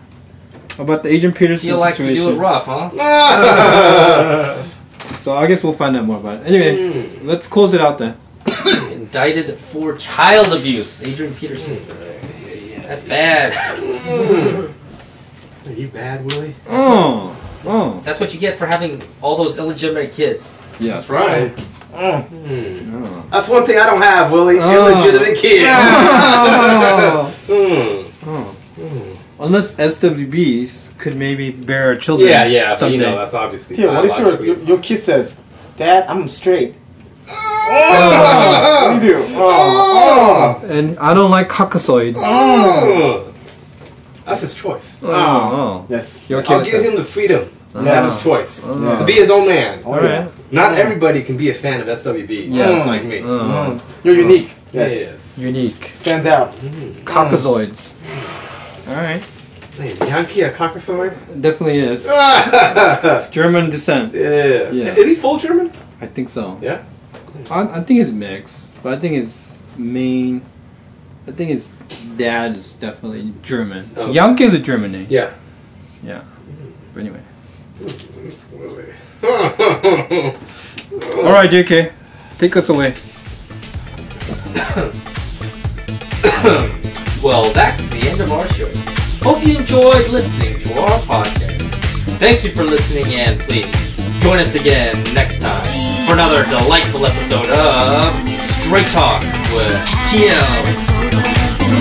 [SPEAKER 2] about the Agent Peterson
[SPEAKER 1] He likes to do it
[SPEAKER 2] situation.
[SPEAKER 1] rough, huh?
[SPEAKER 3] Ah!
[SPEAKER 2] So I guess we'll find out more about it. Anyway,
[SPEAKER 3] Hmm.
[SPEAKER 2] let's close it out then.
[SPEAKER 1] Indicted for child abuse, Adrian Peterson. That's bad.
[SPEAKER 3] Are you bad, Willie?
[SPEAKER 2] Oh, oh,
[SPEAKER 1] That's what you get for having all those illegitimate kids.
[SPEAKER 2] yes.
[SPEAKER 3] Right.
[SPEAKER 2] Oh.
[SPEAKER 3] Mm. That's one thing I don't have, Willie.
[SPEAKER 2] Oh.
[SPEAKER 3] Illegitimate kid.
[SPEAKER 2] Oh.
[SPEAKER 3] Mm.
[SPEAKER 2] Oh. Unless SWBs could maybe bear our children.
[SPEAKER 3] Yeah, yeah, but
[SPEAKER 2] someday.
[SPEAKER 3] you know, that's obviously.
[SPEAKER 5] Tia, what if your,
[SPEAKER 3] biologically-
[SPEAKER 5] your, your kid says, Dad, I'm straight? Oh, what do you do? Oh,
[SPEAKER 2] and I don't like caucasoids.
[SPEAKER 3] Mm. That's his choice.
[SPEAKER 2] Oh,
[SPEAKER 5] Yes.
[SPEAKER 2] You're okay
[SPEAKER 3] I'll
[SPEAKER 2] with
[SPEAKER 3] give
[SPEAKER 2] that.
[SPEAKER 3] him the freedom. That's his
[SPEAKER 5] Yes.
[SPEAKER 3] choice.
[SPEAKER 2] Oh.
[SPEAKER 3] To be his own man.
[SPEAKER 5] Oh, yeah.
[SPEAKER 3] Not everybody can be a fan of SWB.
[SPEAKER 2] Yes.
[SPEAKER 3] Like me.
[SPEAKER 2] Oh.
[SPEAKER 5] You're unique. Yes.
[SPEAKER 3] Yes.
[SPEAKER 2] Unique.
[SPEAKER 5] Stands out.
[SPEAKER 2] Caucasoids. Alright.
[SPEAKER 3] Man, Yankee a caucasoid?
[SPEAKER 2] Definitely is. German descent.
[SPEAKER 3] Yeah.
[SPEAKER 2] Yeah.
[SPEAKER 3] Is he full German?
[SPEAKER 2] I think so.
[SPEAKER 3] Yeah.
[SPEAKER 2] I, I think it's mixed, but I think his main. I think his dad is definitely German.
[SPEAKER 3] Oh.
[SPEAKER 2] Yanke is a German name.
[SPEAKER 3] Yeah.
[SPEAKER 2] But anyway.
[SPEAKER 3] Oh.
[SPEAKER 2] Alright, JK. Take us away.
[SPEAKER 1] Well, that's the end of our show. Hope you enjoyed listening to our podcast. Thank you for listening, and please join us again next time for another delightful episode of Straight Talk with TL.